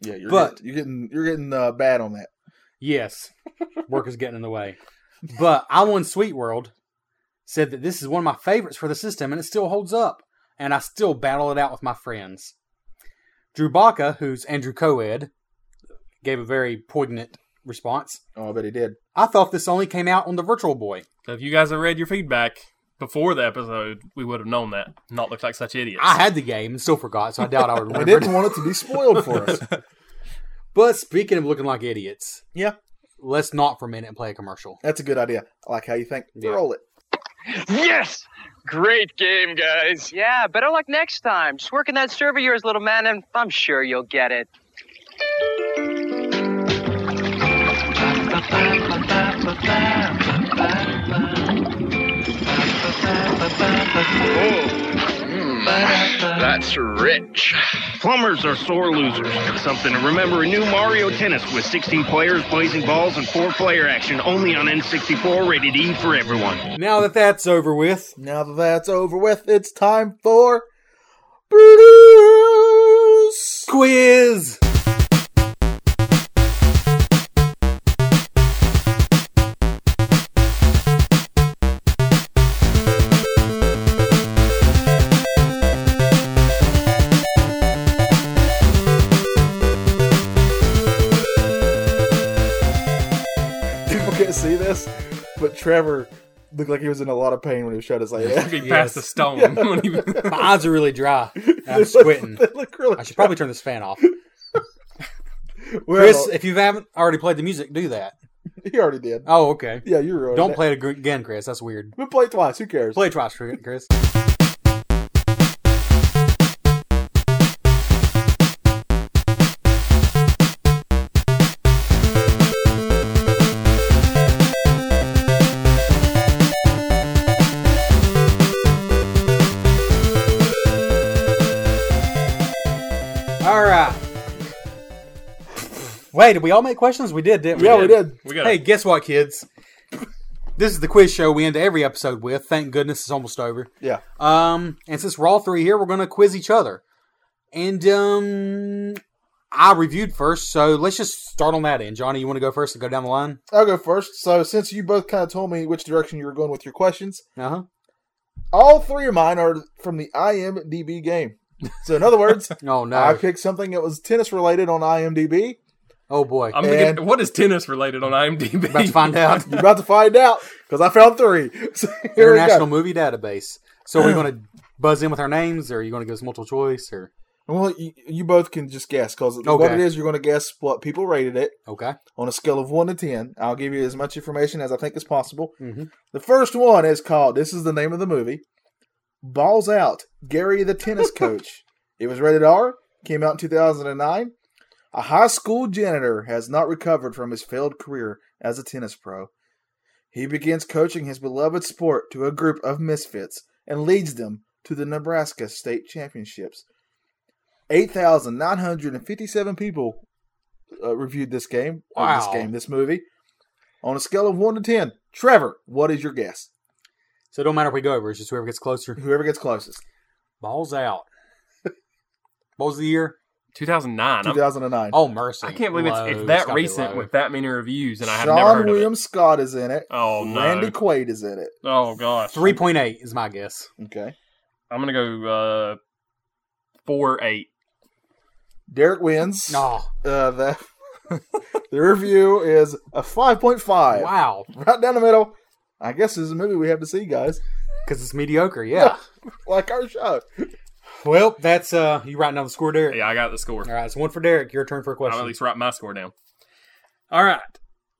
B: Yeah, you're
C: But-
B: getting, you're getting you're getting uh, bad on that.
C: Yes, work is getting in the way. But I won Sweet World said that this is one of my favorites for the system and it still holds up. And I still battle it out with my friends. Drew Baca, who's Andrew Coed, gave a very poignant response.
B: Oh, I bet he did.
C: I thought this only came out on the Virtual Boy.
D: So if you guys have read your feedback before the episode, we would have known that. Not looked like such idiots.
C: I had the game and still forgot, so I doubt I would
B: We
C: remember. it.
B: didn't want it to be spoiled for us.
C: But speaking of looking like idiots,
B: Yeah.
C: let's not for a minute play a commercial.
B: That's a good idea. I like how you think.
C: Yeah.
B: Roll it.
E: Yes! Great game, guys.
F: Yeah, better luck next time. Just work in that server of yours, little man, and I'm sure you'll get it.
E: Oh, hmm, That's rich.
G: Plumbers are sore losers. Something to remember. A new Mario Tennis with 16 players, blazing balls, and four-player action. Only on N64, rated E for everyone.
C: Now that that's over with,
B: Now that that's over with, it's time for Brutus.
C: quiz.
B: People can't see this, but Trevor looked like he was in a lot of pain when he shot his leg.
D: He
C: Yes.
D: passed a stone. when he-
C: My eyes are really dry. I'm
B: They
C: squinting.
B: Look, they look really
C: I should probably turn this fan off.
B: Well,
C: Chris, if you haven't already played the music, do that.
B: he already did.
C: Oh, okay.
B: Yeah, you're right.
C: Don't play it ag- again, Chris. That's weird.
B: We played twice. Who cares?
C: Play it twice, Chris. All right. Wait, did we all make questions? We did, didn't we?
B: yeah, we did.
D: we got
C: Hey, guess what, kids? This is the quiz show we end every episode with. Thank goodness it's almost over.
B: Yeah.
C: Um, and since we're all three here, we're going to quiz each other. And um, I reviewed first, so let's just start on that end. Johnny, you want to go first and go down the line?
B: I'll go first. So, since you both kind of told me which direction you were going with your questions,
C: Uh huh.
B: all three of mine are from the IMDb game. So, in other words,
C: Oh no.
B: I picked something that was tennis related on IMDb.
C: oh boy.
D: I'm thinking,
B: And-
D: what is tennis related on IMDb?
C: About to find out.
B: You're about to find out because I found three. So here we go.
C: International Movie Database. So are we going to buzz in with our names, or are you going to give us multiple choice, or
B: Well, you, you both can just guess because what
C: Okay.
B: it is, you're going to guess what people rated it
C: okay?
B: on a scale of one to ten. I'll give you as much information as I think is possible.
C: Mm-hmm.
B: The first one is called. This is the name of the movie. Balls Out. Gary the tennis coach. It was rated R. Came out in 2009. A high school janitor has not recovered from his failed career as a tennis pro. He begins coaching his beloved sport to a group of misfits and leads them to the Nebraska State Championships. 8,957 people uh, reviewed this game, or this
C: Wow.
B: game, this movie. On a scale of 1 to 10, Trevor, what is your guess?
C: So it don't matter if we go over; it's just whoever gets closer.
B: Whoever gets closest.
C: Balls out. Balls of the year.
D: 2009. I'm-
B: 2009.
C: Oh mercy!
D: I can't believe it's, it's
C: Low.
D: that
C: gotta be
D: recent
C: low.
D: with that many reviews, and I have
B: Sean
D: never heard
B: William Scott is in it.
D: Oh, no.
B: Randy Quaid is in it.
D: of it. Oh gosh,
C: Three point eight is my guess.
B: Okay.
D: I'm gonna go uh, four eight.
B: Derek wins.
C: No.
B: Uh, the, the review is a 5.5.
C: Wow.
B: Right down the middle. I guess this is a movie we have to see, guys.
C: Because it's mediocre. Yeah.
B: Like our show.
C: well, that's uh, you writing down the score, Derek.
D: Yeah, I got the score.
C: All right, it's one for Derek. Your turn for a
D: I'll
C: question.
D: at least write my score down. All right.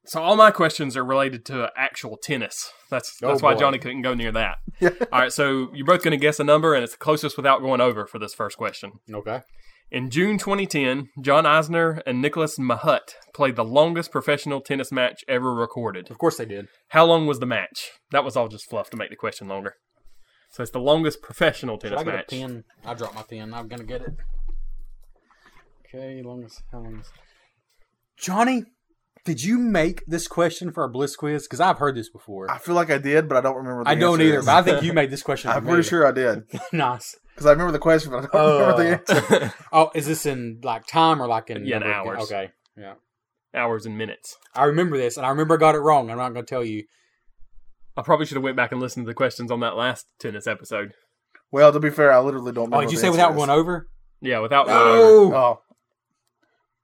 D: So all my questions are related to actual tennis. That's
C: Oh,
D: that's why
C: boy.
D: Johnny couldn't go near that. all right. So you're both going to guess a number, and it's the closest without going over for this first question.
C: Okay.
D: In June 2010, John Eisner and Nicholas Mahut played the longest professional tennis match ever recorded.
C: Of course they did.
D: How long was the match? That was all just fluff to make the question longer. So it's the longest professional
C: Did I
D: tennis
C: get
D: match.
C: a pen? I dropped my pen. I'm gonna get it. Okay, long as how long is Johnny? Did you make this question for our Bliss quiz? Because I've heard this before.
B: I
C: I,
B: feel like I did, but I don't remember the
C: don't
B: answer.
C: either, but I think you made this question.
B: I'm pretty sure I did.
C: nice.
B: Because I remember the question, but I don't remember the
C: Uh,
B: answer.
C: Oh, is this in like time or like in
D: Yeah, in
C: number of-
D: hours.
C: Okay. Yeah.
D: Hours and minutes.
C: I remember this, and I remember I got it wrong. I'm not gonna tell you.
D: I probably should have went back and listened to the questions on that last tennis episode.
B: Well, to be fair, I literally don't remember.
C: Oh, did you
B: the
C: say
B: answer
C: without
B: to
C: going
B: this.
C: over?
D: Yeah, without going over.
C: No.
B: Oh.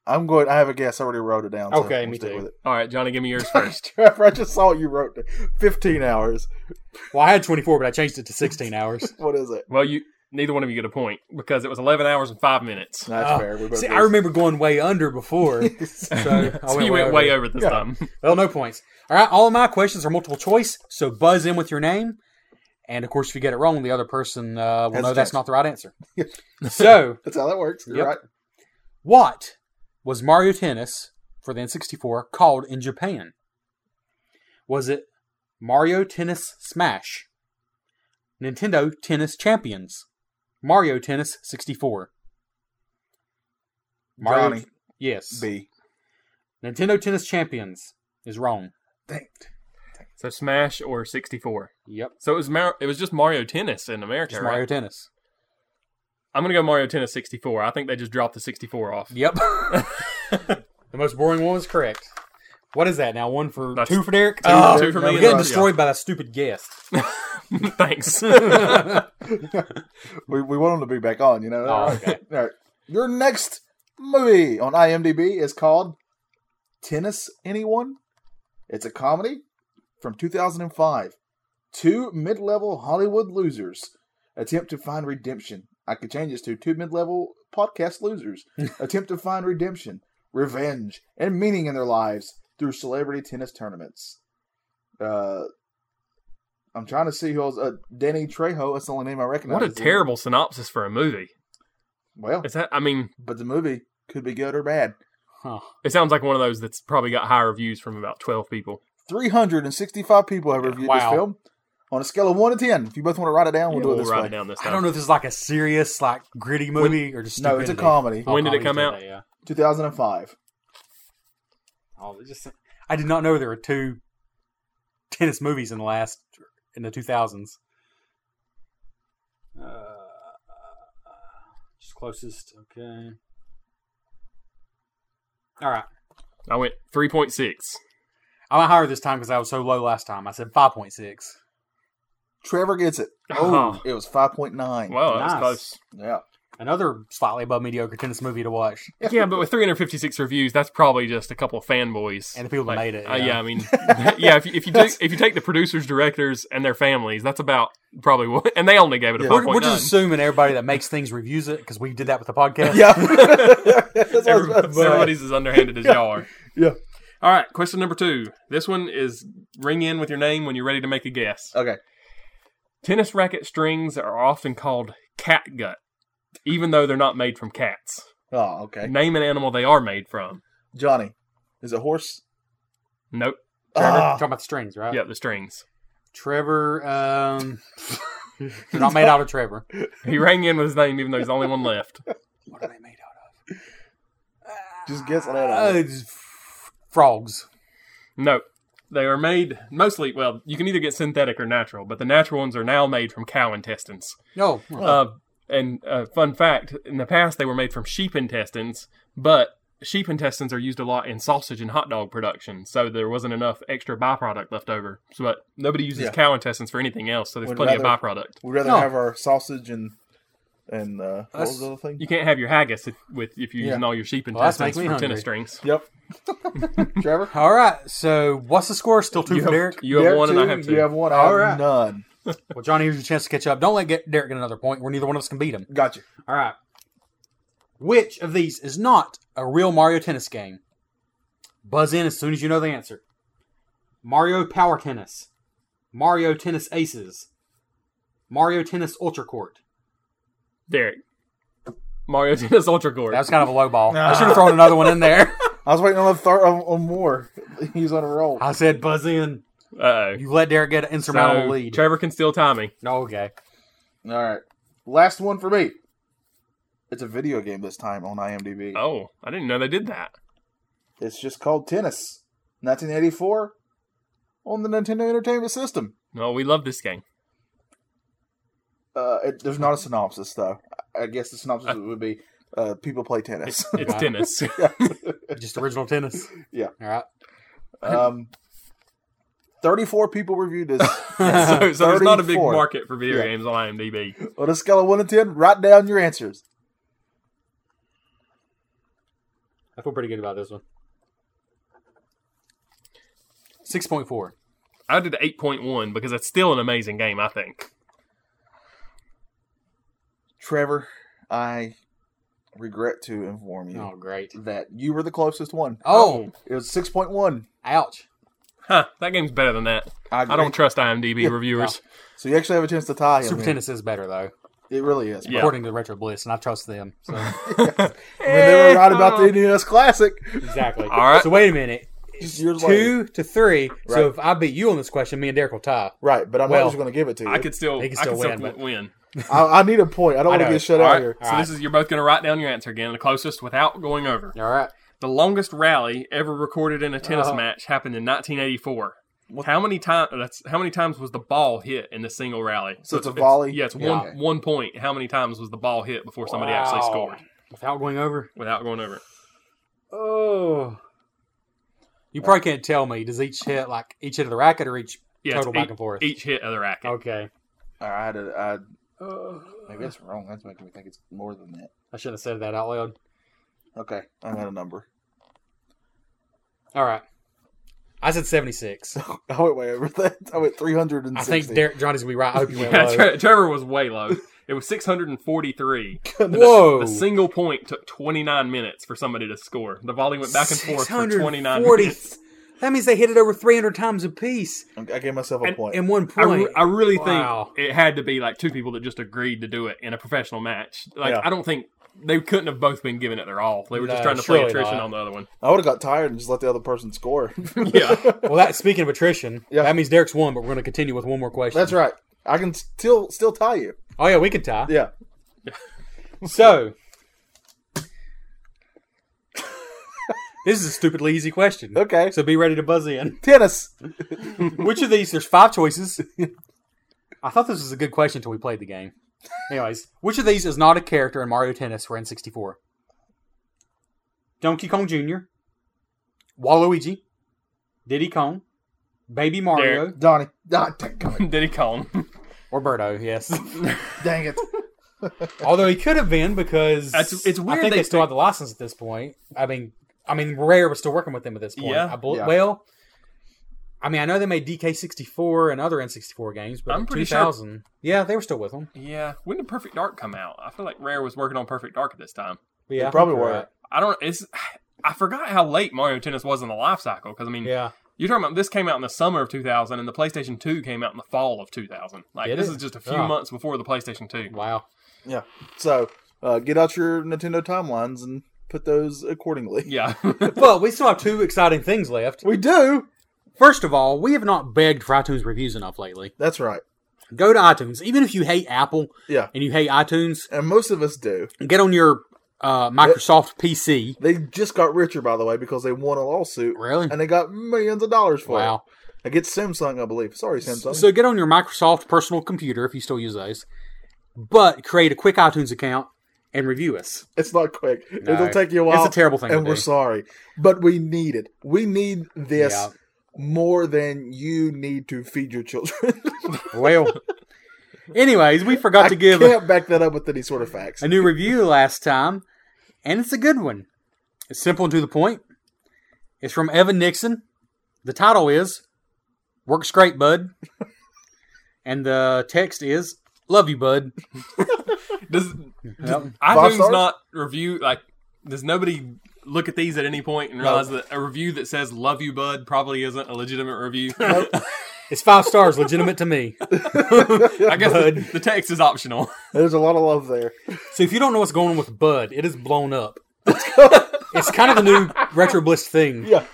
B: I'm going. I have a guess. I already wrote it down. so
C: Okay,
B: we'll
C: me
B: stick
C: too.
B: with it.
D: All right, Johnny, give me yours first.
B: Trevor, I just saw what you wrote. down. 15 hours.
C: Well, I had 24, but I changed it to 16 hours.
B: What is it?
D: well, you neither one of you get a point because it was 11 hours and five minutes.
B: That's
C: Oh,
B: fair. We both
C: See,
B: did.
C: I remember going way under before. So, I
D: So you went way over this
B: Yeah.
D: time.
C: Well, no points. All right, all of my questions are multiple choice, so buzz in with your name. And of course, if you get it wrong, the other person uh, will
B: Has a
C: know that's
B: chance.
C: not the right answer. so,
B: That's how that works. You're
C: Yep.
B: right.
C: what was Mario Tennis for the N64 called in Japan? Was it Mario Tennis Smash, Nintendo Tennis Champions, Mario Tennis 64? Mario,
B: Johnny.
C: yes.
B: B.
C: Nintendo Tennis Champions is wrong.
B: Dang.
D: So Smash or 64.
C: Yep.
D: So it was Mar- it was just Mario Tennis in America,
C: Just
D: right?
C: Mario Tennis.
D: I'm gonna go Mario Tennis 64. I think they just dropped the 64 off.
C: Yep. the most boring one was correct. What is that now? One for
D: That's-
C: two for Derek.
D: Two-
C: Oh,
D: two for me
C: we're
D: and
C: getting
D: Rob,
C: destroyed by that stupid guest.
D: yeah. Thanks.
B: We, we want them to be back on, you know?
C: Oh, okay.
B: All right. Your next movie on IMDb is called Tennis Anyone. It's a comedy from 2005. Two mid level Hollywood losers attempt to find redemption. I could change this to two mid level podcast losers attempt to find redemption, revenge, and meaning in their lives through celebrity tennis tournaments. Uh, I'm trying to see who else. Uh, Danny Trejo. That's the only name I recognize.
D: what a terrible synopsis for a movie.
B: Well,
D: Is that? I mean,
B: but the movie could be good or bad.
C: Huh.
D: it sounds like one of those that's probably got high reviews from about 12 people.
B: 365 people have reviewed
C: Wow.
B: this film on a scale of 1 to 10. If you both want to write it down, we'll
D: We'll,
B: do it this
D: write
B: way.
D: it down this
C: I
D: time.
C: don't know if this is like a serious, like gritty movie or just
B: No, it's a
C: stupidity.
B: comedy.
C: All
D: When did it
C: comedies
D: come
C: do
D: out?
C: that, yeah.
B: 2005.
C: Oh, it just I did not know there were two tennis movies in the last in the two thousands. Uh, just closest. Okay. All right.
D: I went 3.6.
C: I went higher this time because I was so low last time. I said five point six.
B: Trevor gets it.
D: Oh.
B: It was 5.9.
D: Wow, that
C: Nice.
D: was close.
B: Yeah.
C: Another slightly above mediocre tennis movie to watch,
D: Yeah, but with 356 reviews, that's probably just a couple of fanboys.
C: and the people that made it.
D: Uh,
C: yeah.
D: yeah, I mean, yeah. If you, if you take if you take the producers, directors, and their families, that's about probably what. And they only gave it a
B: Yeah.
D: four
C: We're, we're
D: point nine.
C: just assuming everybody that makes things reviews it because we did that with the podcast.
B: Yeah. That's what I was about to say.
D: Everybody's as underhanded as y'all are.
B: Yeah.
D: All right. Question number two. This one is ring in with your name when you're ready to make a guess.
B: Okay.
D: Tennis racket strings are often called catgut, even though they're not made from cats.
B: Oh, okay.
D: Name an animal they are made from.
B: Johnny. Is it horse?
D: Nope.
C: Trevor,
B: Ah,
C: talking about the strings, right?
D: Yep, the strings.
C: Trevor, um, they're not made out of Trevor.
D: He rang in with his name, even though he's the only one left.
C: What are they made out
B: just guess
C: of?
B: that.
C: Uh, it's f- frogs.
D: No. They are made mostly, well, you can either get synthetic or natural, but the natural ones are now made from cow intestines.
C: No.
D: Uh, and uh, fun fact in the past, they were made from sheep intestines, but sheep intestines are used a lot in sausage and hot dog production, so there wasn't enough extra byproduct left over. So, but nobody uses
B: Yeah.
D: cow intestines for anything else, so there's
B: Would
D: plenty of
B: rather-
D: byproduct.
B: We'd rather
C: No.
B: have our sausage and and uh, what was the other thing?
D: You can't have your haggis if, with if you're
C: Yeah.
D: using all your sheep
C: Well, that makes
D: intestines
C: me
D: for tennis
C: hungry.
D: strings.
B: Yep. Trevor,
C: All right. So what's the score? Still two
B: You
C: for
B: have-
C: Derek.
D: You have
B: Derek
D: one, and I have two.
B: You have one. I
C: All
B: have
C: right.
B: none.
C: Well, Johnny, here's your chance to catch up. Don't let get Derek get another point where neither one of us can beat him.
B: Gotcha.
C: All right. Which of these is not a real Mario Tennis game? Buzz in as soon as you know the answer. Mario Power Tennis, Mario Tennis Aces, Mario Tennis Ultra Court.
D: Derek, Mario Tennis Ultra Court.
C: That was kind of a low ball. I should have thrown another one in there.
B: I was waiting on a third on, on more. He's on a roll.
C: I said buzz in.
D: Uh-oh.
C: You let Derek get an insurmountable
D: So,
C: lead.
D: Trevor can still tie me.
C: No, okay.
B: All right. Last one for me. It's a video game this time on IMDb.
D: Oh, I didn't know they did that.
B: It's just called Tennis. 1984 on the Nintendo Entertainment System.
D: No, we love this game.
B: Uh, it, there's not a synopsis, though. I I guess the synopsis would be uh, people play tennis.
D: It's
C: Wow.
D: tennis.
C: Just original tennis.
B: Yeah.
C: All right.
B: um, 34 people reviewed this.
D: so, so there's not a big
B: 34.
D: market for video
B: Yeah.
D: games on IMDb.
B: on a scale of 1 to 10, write down your answers.
C: I feel pretty good about this one. 6.4.
D: I did 8.1 because it's still an amazing game, I think.
B: Trevor, I regret to inform you
C: Oh, great.
B: that you were the closest one.
C: Oh,
B: It was 6.1.
C: ouch.
D: Huh, that game's better than that. I
B: agree.
D: don't trust IMDb reviewers.
B: So you actually have a chance to tie him.
C: Super
B: here.
C: Tennis is better, though,
B: It really is.
D: Yeah.
C: according to Retro Bliss, and I trust them. So.
B: I mean, they were right about the NES Classic.
C: exactly.
D: All right.
C: So, wait a minute.
B: Just years later.
C: Two to three.
B: Right.
C: So, if I beat you on this question, me and Derek will tie.
B: Right, but I'm
C: Well,
B: not just going to give it to you.
D: I could still,
C: They can
D: I
C: still
D: could still
C: win, but-
D: win.
B: I, I need a point. I don't
C: I
B: want to
C: know.
B: get shut
D: All
B: out
D: right.
B: here.
D: So this is you're both going to write down your answer again, the closest without going over.
C: All right.
D: The longest rally ever recorded in a tennis
B: Oh.
D: match happened in 1984. How many times? That's how many times was the ball hit in the single rally?
B: So it's a volley?
D: yeah, it's
B: Yeah.
D: one
B: Okay.
D: one point. How many times was the ball hit before somebody actually
C: Wow.
D: scored
C: Without going over.
D: without going over? it?
C: Oh. You probably can't tell me. Does each hit, like, each hit of the racket or each
D: Yeah, it's
C: total back
D: eight-
C: and forth?
D: Each hit of the racket.
C: Okay.
B: All right, I, I,
C: Oh.
B: maybe it's wrong. That's making me think it's more than that.
C: I shouldn't have said that out loud.
B: Okay, I got a number.
C: All right. I said 76.
B: I went way over that. I went 360.
C: I think Derek Johnny's will be right. I hope you went
D: Yeah,
C: low.
D: Tre- Trevor was way low. It was 643.
C: Whoa.
D: The single point took 29 minutes for somebody to score. The volley went back and forth for 29
C: 640.
D: minutes.
C: That means they hit it over 300 times apiece
B: I gave myself a point.
C: in one
D: I, re-
C: point.
D: I really
C: Wow.
D: think it had to be like two people that just agreed to do it in a professional match. Like
B: Yeah.
D: I don't think they couldn't have both been giving it their all. They were just
C: No,
D: trying to play
C: surely
D: attrition
C: not.
D: on the other one.
B: I would have got tired and just let the other person score.
D: Yeah,
C: well, that speaking of attrition,
B: Yeah.
C: that means Derek's won, but we're going to continue with one more question.
B: That's right. I can still still tie you.
C: Oh, yeah, we could tie.
B: Yeah.
C: So, this is a stupidly easy question.
B: Okay.
C: So be ready to buzz in.
B: Tennis.
C: Which of these? There's five choices. I thought this was a good question until we played the game. Anyways, which of these is not a character in Mario Tennis for N64? Donkey Kong Jr., Waluigi, Diddy Kong, Baby Mario,
B: Donnie. Ah, dang it.
D: Diddy Kong.
C: or Birdo, yes.
B: Dang it.
C: Although he could have been because
D: That's- it's weird
C: I think
D: they
C: they, still
D: pick-
C: have the license at this point. I mean, I mean, Rare was still working with them at this point.
D: Yeah.
C: I bel-
B: Yeah.
C: Well, I mean, I know they made DK64 and other N64 games, but
D: I'm
C: in
D: pretty sure-
C: 2000, yeah, they were still with them.
D: Yeah. When did Perfect Dark come out? I feel like Rare was working on Perfect Dark at this time.
C: But yeah, I think
B: probably
C: you're
B: were.
C: right.
D: I don't. It's. I forgot how late Mario Tennis was in the life cycle because I mean,
C: Yeah,
D: You're talking about this came out in the summer of 2000, and the PlayStation 2 came out in the fall of 2000. Like
C: Did
D: this
C: it?
D: is just a few
C: Yeah.
D: months before the PlayStation 2.
C: wow.
B: Yeah. So uh, get out your Nintendo timelines and put those accordingly.
D: Yeah,
C: Well, we still have two exciting things left.
B: We do.
C: First of all, we have not begged for iTunes reviews enough lately.
B: That's right.
C: Go to iTunes, even if you hate Apple
B: Yeah.
C: and you hate iTunes,
B: And most of us do.
C: get on your uh, Microsoft PC.
B: They just got richer, by the way, because they won a lawsuit.
C: Really?
B: And they got millions of dollars for
C: Wow.
B: it. Against Samsung, I believe. Sorry, Samsung.
C: So get on your Microsoft personal computer if you still use those, but create a quick iTunes account and review us.
B: it's not quick.
C: No.
B: It'll take you a
C: It's a
B: while.
C: terrible thing to
B: And we're
C: do.
B: sorry. But we need it. We need this
C: Yeah.
B: more than you need to feed your children.
C: Well, Anyways, we forgot to give
B: can't back that up with any sort of facts.
C: a new review last time, and it's a good one. It's simple and to the point. It's from Evan Nixon. The title is Works Great, Bud. And the text is Love You, Bud.
D: Does
C: Yep.
B: Five
D: iTunes
B: stars?
D: not review like? Does nobody look at these at any point and realize that a review that says "Love you, bud" probably isn't a legitimate review?
C: It's five stars, legitimate to me.
D: I guess the, the text is optional.
B: There's a lot of love there.
C: So if you don't know what's going on with Bud, it is blown up. it's kind of the new retro bliss thing.
B: Yeah.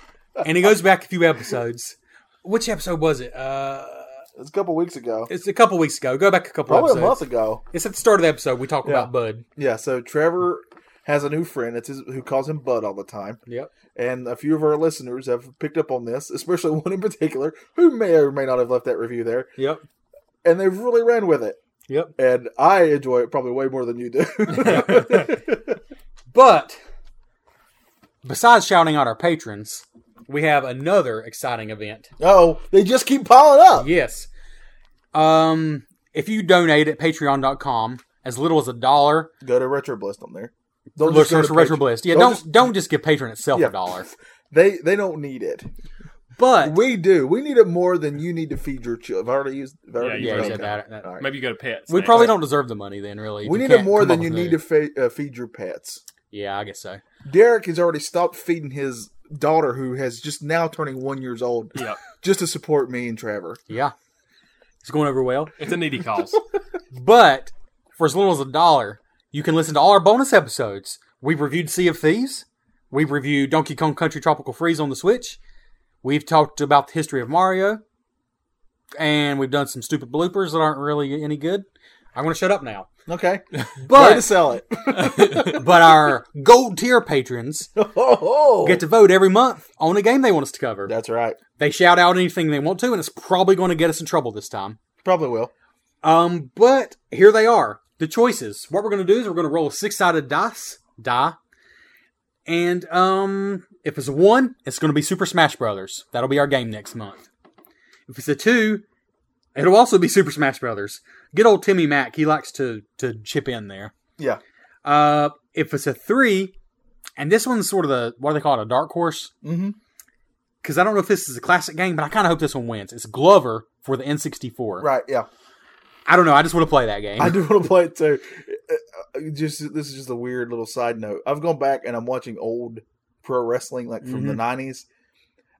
C: And it goes back a few episodes. Which episode was it? Uh,
B: It's a couple weeks ago.
C: it's a couple weeks ago. Go back a couple
B: Probably a
C: episodes.
B: month ago.
C: It's at the start of the episode. We talk
B: Yeah.
C: about Bud.
B: Yeah, so Trevor has a new friend that's his, who calls him Bud all the time.
C: Yep.
B: And a few of our listeners have picked up on this, especially one in particular who may or may not have left that review there.
C: Yep.
B: And they've really ran with it.
C: Yep.
B: And I enjoy it probably way more than you do.
C: But besides shouting out our patrons, we have another exciting event.
B: oh, they just keep piling up.
C: Yes. Um, if you donate at patreon.com as little as a dollar,
B: Go to RetroBlist on there. Don't
C: look
B: just go
C: search
B: to
C: for Retro
B: Patreon.
C: Bliss. Yeah,
B: Don't
C: don't don't
B: just-
C: just, give patron itself
B: Yeah.
C: a dollar.
B: They they don't need it.
C: But
B: We do. We need it more than you need to feed your children. I've already used. I've already
D: Yeah,
C: yeah,
B: used
D: you
C: he
D: okay.
C: said that. that-
B: All right.
D: Maybe you go to pets.
C: We
D: next.
C: probably don't deserve the money then, really. if
B: We
C: you
B: need it
C: can't
B: more
C: come
B: than
C: up
B: you
C: with
B: need
C: new-
B: to fa- uh, feed your pets.
C: Yeah, I guess so.
B: Derek has already stopped feeding his daughter, who has just now turning one years old,
D: Yep.
B: just to support me and Trevor.
C: Yeah, it's going over well.
D: It's a needy cause.
C: But for as little as a dollar, you can listen to all our bonus episodes. We've reviewed Sea of Thieves. We've reviewed Donkey Kong Country Tropical Freeze on the Switch. We've talked about the history of Mario. And we've done some stupid bloopers that aren't really any good. I'm going to shut up now.
B: Okay, way to
C: But
B: sell it.
C: but our gold tier patrons
B: oh,
C: get to vote every month on a game they want us to cover.
B: that's right.
C: They shout out anything they want to, and it's probably going to get us in trouble this time.
B: Probably will.
C: Um, but here they are the choices. What we're going to do is we're going to roll a six sided dice, die, and um, if it's a one, it's going to be Super Smash Brothers. That'll be our game next month. If it's a two, it'll also be Super Smash Brothers. Good old Timmy Mack, he likes to to chip in there.
B: Yeah.
C: Uh, if it's a three, and this one's sort of the what do they call it, a dark horse?
B: Mm-hmm.
C: Because I don't know if this is a classic game, but I kind of hope this one wins. It's Glover for the N64.
B: Right. Yeah.
C: I don't know. I just want to play that game.
B: I do want to play it too. Uh, uh, Just this is just a weird little side note. I've gone back and I'm watching old pro wrestling like from the '90s,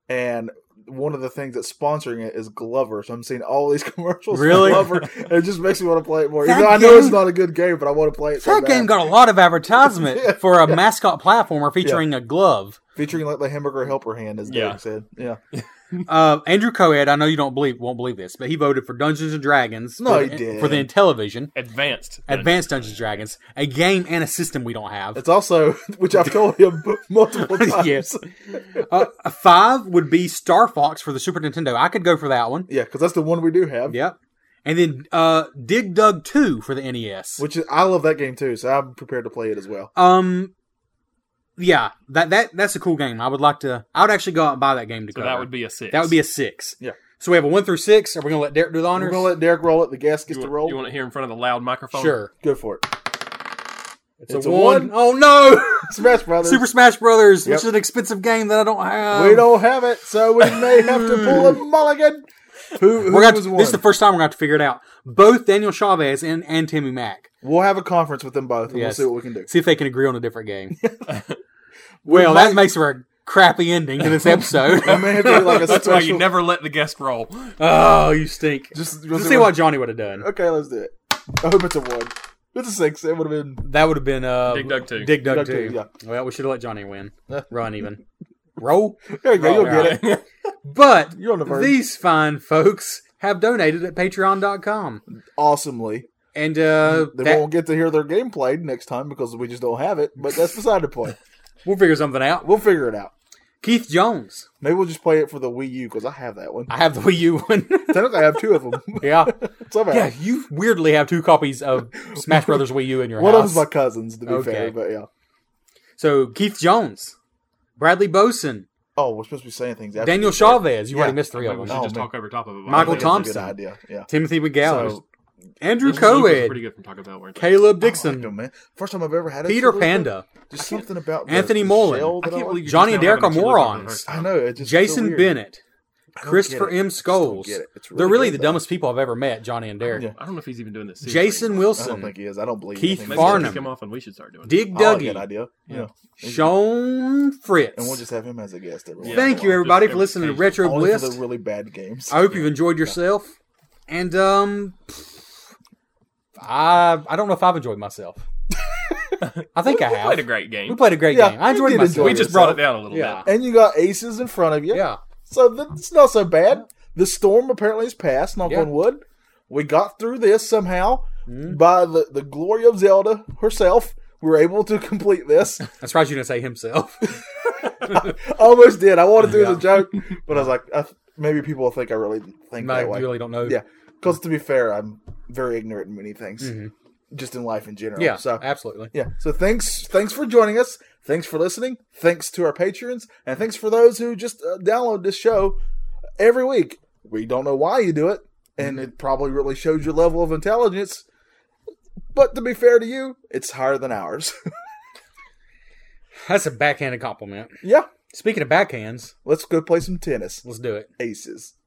B: and one of the things that's sponsoring it is Glover. So I'm seeing all these commercials. for
C: Really?
B: Glover. and it just makes me want to play it more.
C: That
B: Even though I know it's
C: game-
B: not a good game, but I want to play it. so
C: that
B: bad.
C: game got a lot of advertisement for a mascot platformer featuring a glove.
B: featuring like the hamburger helper hand, as
D: Yeah.
B: Dave said. Yeah.
C: Uh, Andrew Coed, I know you don't believe won't believe this, but he voted for Dungeons and Dragons.
B: No,
C: for
B: he
C: the,
B: didn't.
C: for the Intellivision.
D: Advanced.
C: Advanced Dungeons and Dragons, a game and a system we don't have.
B: It's also which I've told him multiple times.
C: yes. Uh, a five would be Star Fox for the Super Nintendo. I could go for that one.
B: Yeah, because that's the one we do have.
C: Yep. And then uh, Dig Dug 2 for the E NES.
B: Which is, I love that game too, so I'm prepared to play it as well.
C: Um, yeah, that that that's a cool game. I would like to. I would actually go out and buy that game to
D: So
C: cover.
D: that would be a six.
C: that would be a six.
B: Yeah.
C: So we have a one through six. Are we gonna let Derek do the
B: We're
C: honors?
B: gonna let Derek roll it. The gas
D: You
B: gets to
D: want,
B: roll.
D: you want it here in front of the loud microphone?
C: sure.
B: Go for it.
C: It's,
B: It's
C: a,
B: a
C: one.
B: one.
C: Oh no!
B: Smash Brothers.
C: Super Smash Brothers,
B: Yep.
C: which is an expensive game that I don't have.
B: we don't have it, so we may have to pull a mulligan. Who, who
C: We're gonna.
B: was
C: This is the
B: one?
C: first time we're gonna have to figure it out. Both Daniel Chavez and and Timmy Mack.
B: We'll have a conference with them both, and
C: Yes.
B: we'll see what we can do.
C: See if they can agree on a different game. well, that makes for a crappy ending to this episode.
B: I may have to do like a
D: That's why you
B: special.
D: never let the guest roll.
C: oh, you stink. Just,
B: Just,
C: see what Johnny would have done.
B: Okay, let's do it. I hope it's a one. It's a six. It would have been
C: That would have been uh,
D: Dig Dug 2.
C: Dig Dug,
B: Dug
C: 2.
B: Two, yeah.
C: Well, we should have let Johnny win. Run even. Roll.
B: there. You go. You'll get it.
C: But
B: You're on the verge.
C: these fine folks have donated at patreon.com.
B: Awesomely.
C: And uh,
B: Mm-hmm. They
C: that-
B: won't get to hear their game played next time because we just don't have it. But that's beside the point.
C: we'll figure something out.
B: We'll figure it out.
C: Keith Jones.
B: Maybe we'll just play it for the Wii U because I have that one.
C: I have the Wii U one.
B: Technically, I have two of them.
C: yeah.
B: Somehow.
C: Yeah, you weirdly have two copies of Smash Brothers Wii U in your
B: One of
C: house.
B: them's my cousin's, to be
C: Okay.
B: fair, but yeah.
C: so Keith Jones, Bradley Boson,
B: Oh, we're supposed to be saying things. After
C: Daniel Chavez. You
B: Yeah.
C: already missed three
D: Maybe
C: of
D: we
C: them.
D: should
B: Oh,
D: just
B: man.
D: talk over top of it.
C: Michael
B: That's a
C: Thompson.
B: Good idea. Yeah.
C: Timothy McGalloway.
B: So,
C: Andrew
D: Those Lucas were
C: Coed,
D: pretty good from Taco Bell, weren't they?
C: Caleb
B: Oh, I liked 'em,
C: Dixon,
B: man. First time I've ever had a chili
C: Peter
B: dog.
C: Panda,
B: Just something about the-
C: Anthony
B: the
C: Mullen.
B: shell
D: I
B: that
D: can't
B: like.
D: believe you
C: Johnny
D: just
C: and
D: now
C: Derek
D: having
C: are
D: a chili dog for the
C: morons.
D: first time.
B: I know. It just
C: Jason
B: so weird.
C: Bennett,
B: I don't
C: Christopher
B: get it.
C: M.
B: Just don't
C: Scholes.
B: get it. It's
C: They're really
B: good,
C: the
B: though.
C: dummest people I've ever met, Johnny and Derek.
B: Yeah.
D: I don't know if he's even doing this. seriously.
C: Jason
B: I don't think
C: Wilson,
B: he is. I don't believe
C: Keith
B: anything
D: Maybe
B: he says.
D: Farnum.
C: Farnum.
D: Take him off, and we should start doing. it.
C: Dig
B: I like that
C: Duggy,
B: idea. Yeah.
C: Sean Fritz.
B: And we'll just have him as a guest. Every
D: Yeah.
C: Thank you,
D: Just
C: everybody, for
D: every
C: listening to
D: occasion.
C: Retro
B: Only
C: Bliss.
B: for the really bad games.
C: I hope you've enjoyed yourself. And um I I don't know if I've enjoyed myself. I think I
D: We
C: have.
D: played a great game.
C: We played a great
B: Yeah,
C: game. I
B: we
C: enjoyed
B: did
C: myself.
B: enjoy
D: We just brought it down a little
C: Yeah.
D: bit.
B: and you got aces in front of you.
C: Yeah.
B: So that's not so bad. The storm apparently is past, knock
C: Yeah. Mm-hmm.
B: on wood. We got through this somehow by the, the glory of Zelda herself. We were able to complete this.
C: That's right, you didn't say himself.
B: Almost did. I wanted to do it as
C: Yeah.
B: a joke, but I was like, I th- maybe people will think I really think
C: no,
B: that way.
C: you really don't know.
B: Yeah, because to be fair, I'm very ignorant in many things,
C: Mhm.
B: just in life in general.
C: Yeah,
B: So
C: absolutely.
B: yeah. So thanks, thanks for joining us. Thanks for listening. Thanks to our patrons, and thanks for those who just uh, download this show every week. We don't know why you do it, and it probably really shows your level of intelligence. But to be fair to you, it's higher than ours.
C: That's a backhanded compliment.
B: yeah.
C: Speaking of backhands,
B: Let's go play some tennis.
C: let's do it.
B: Aces.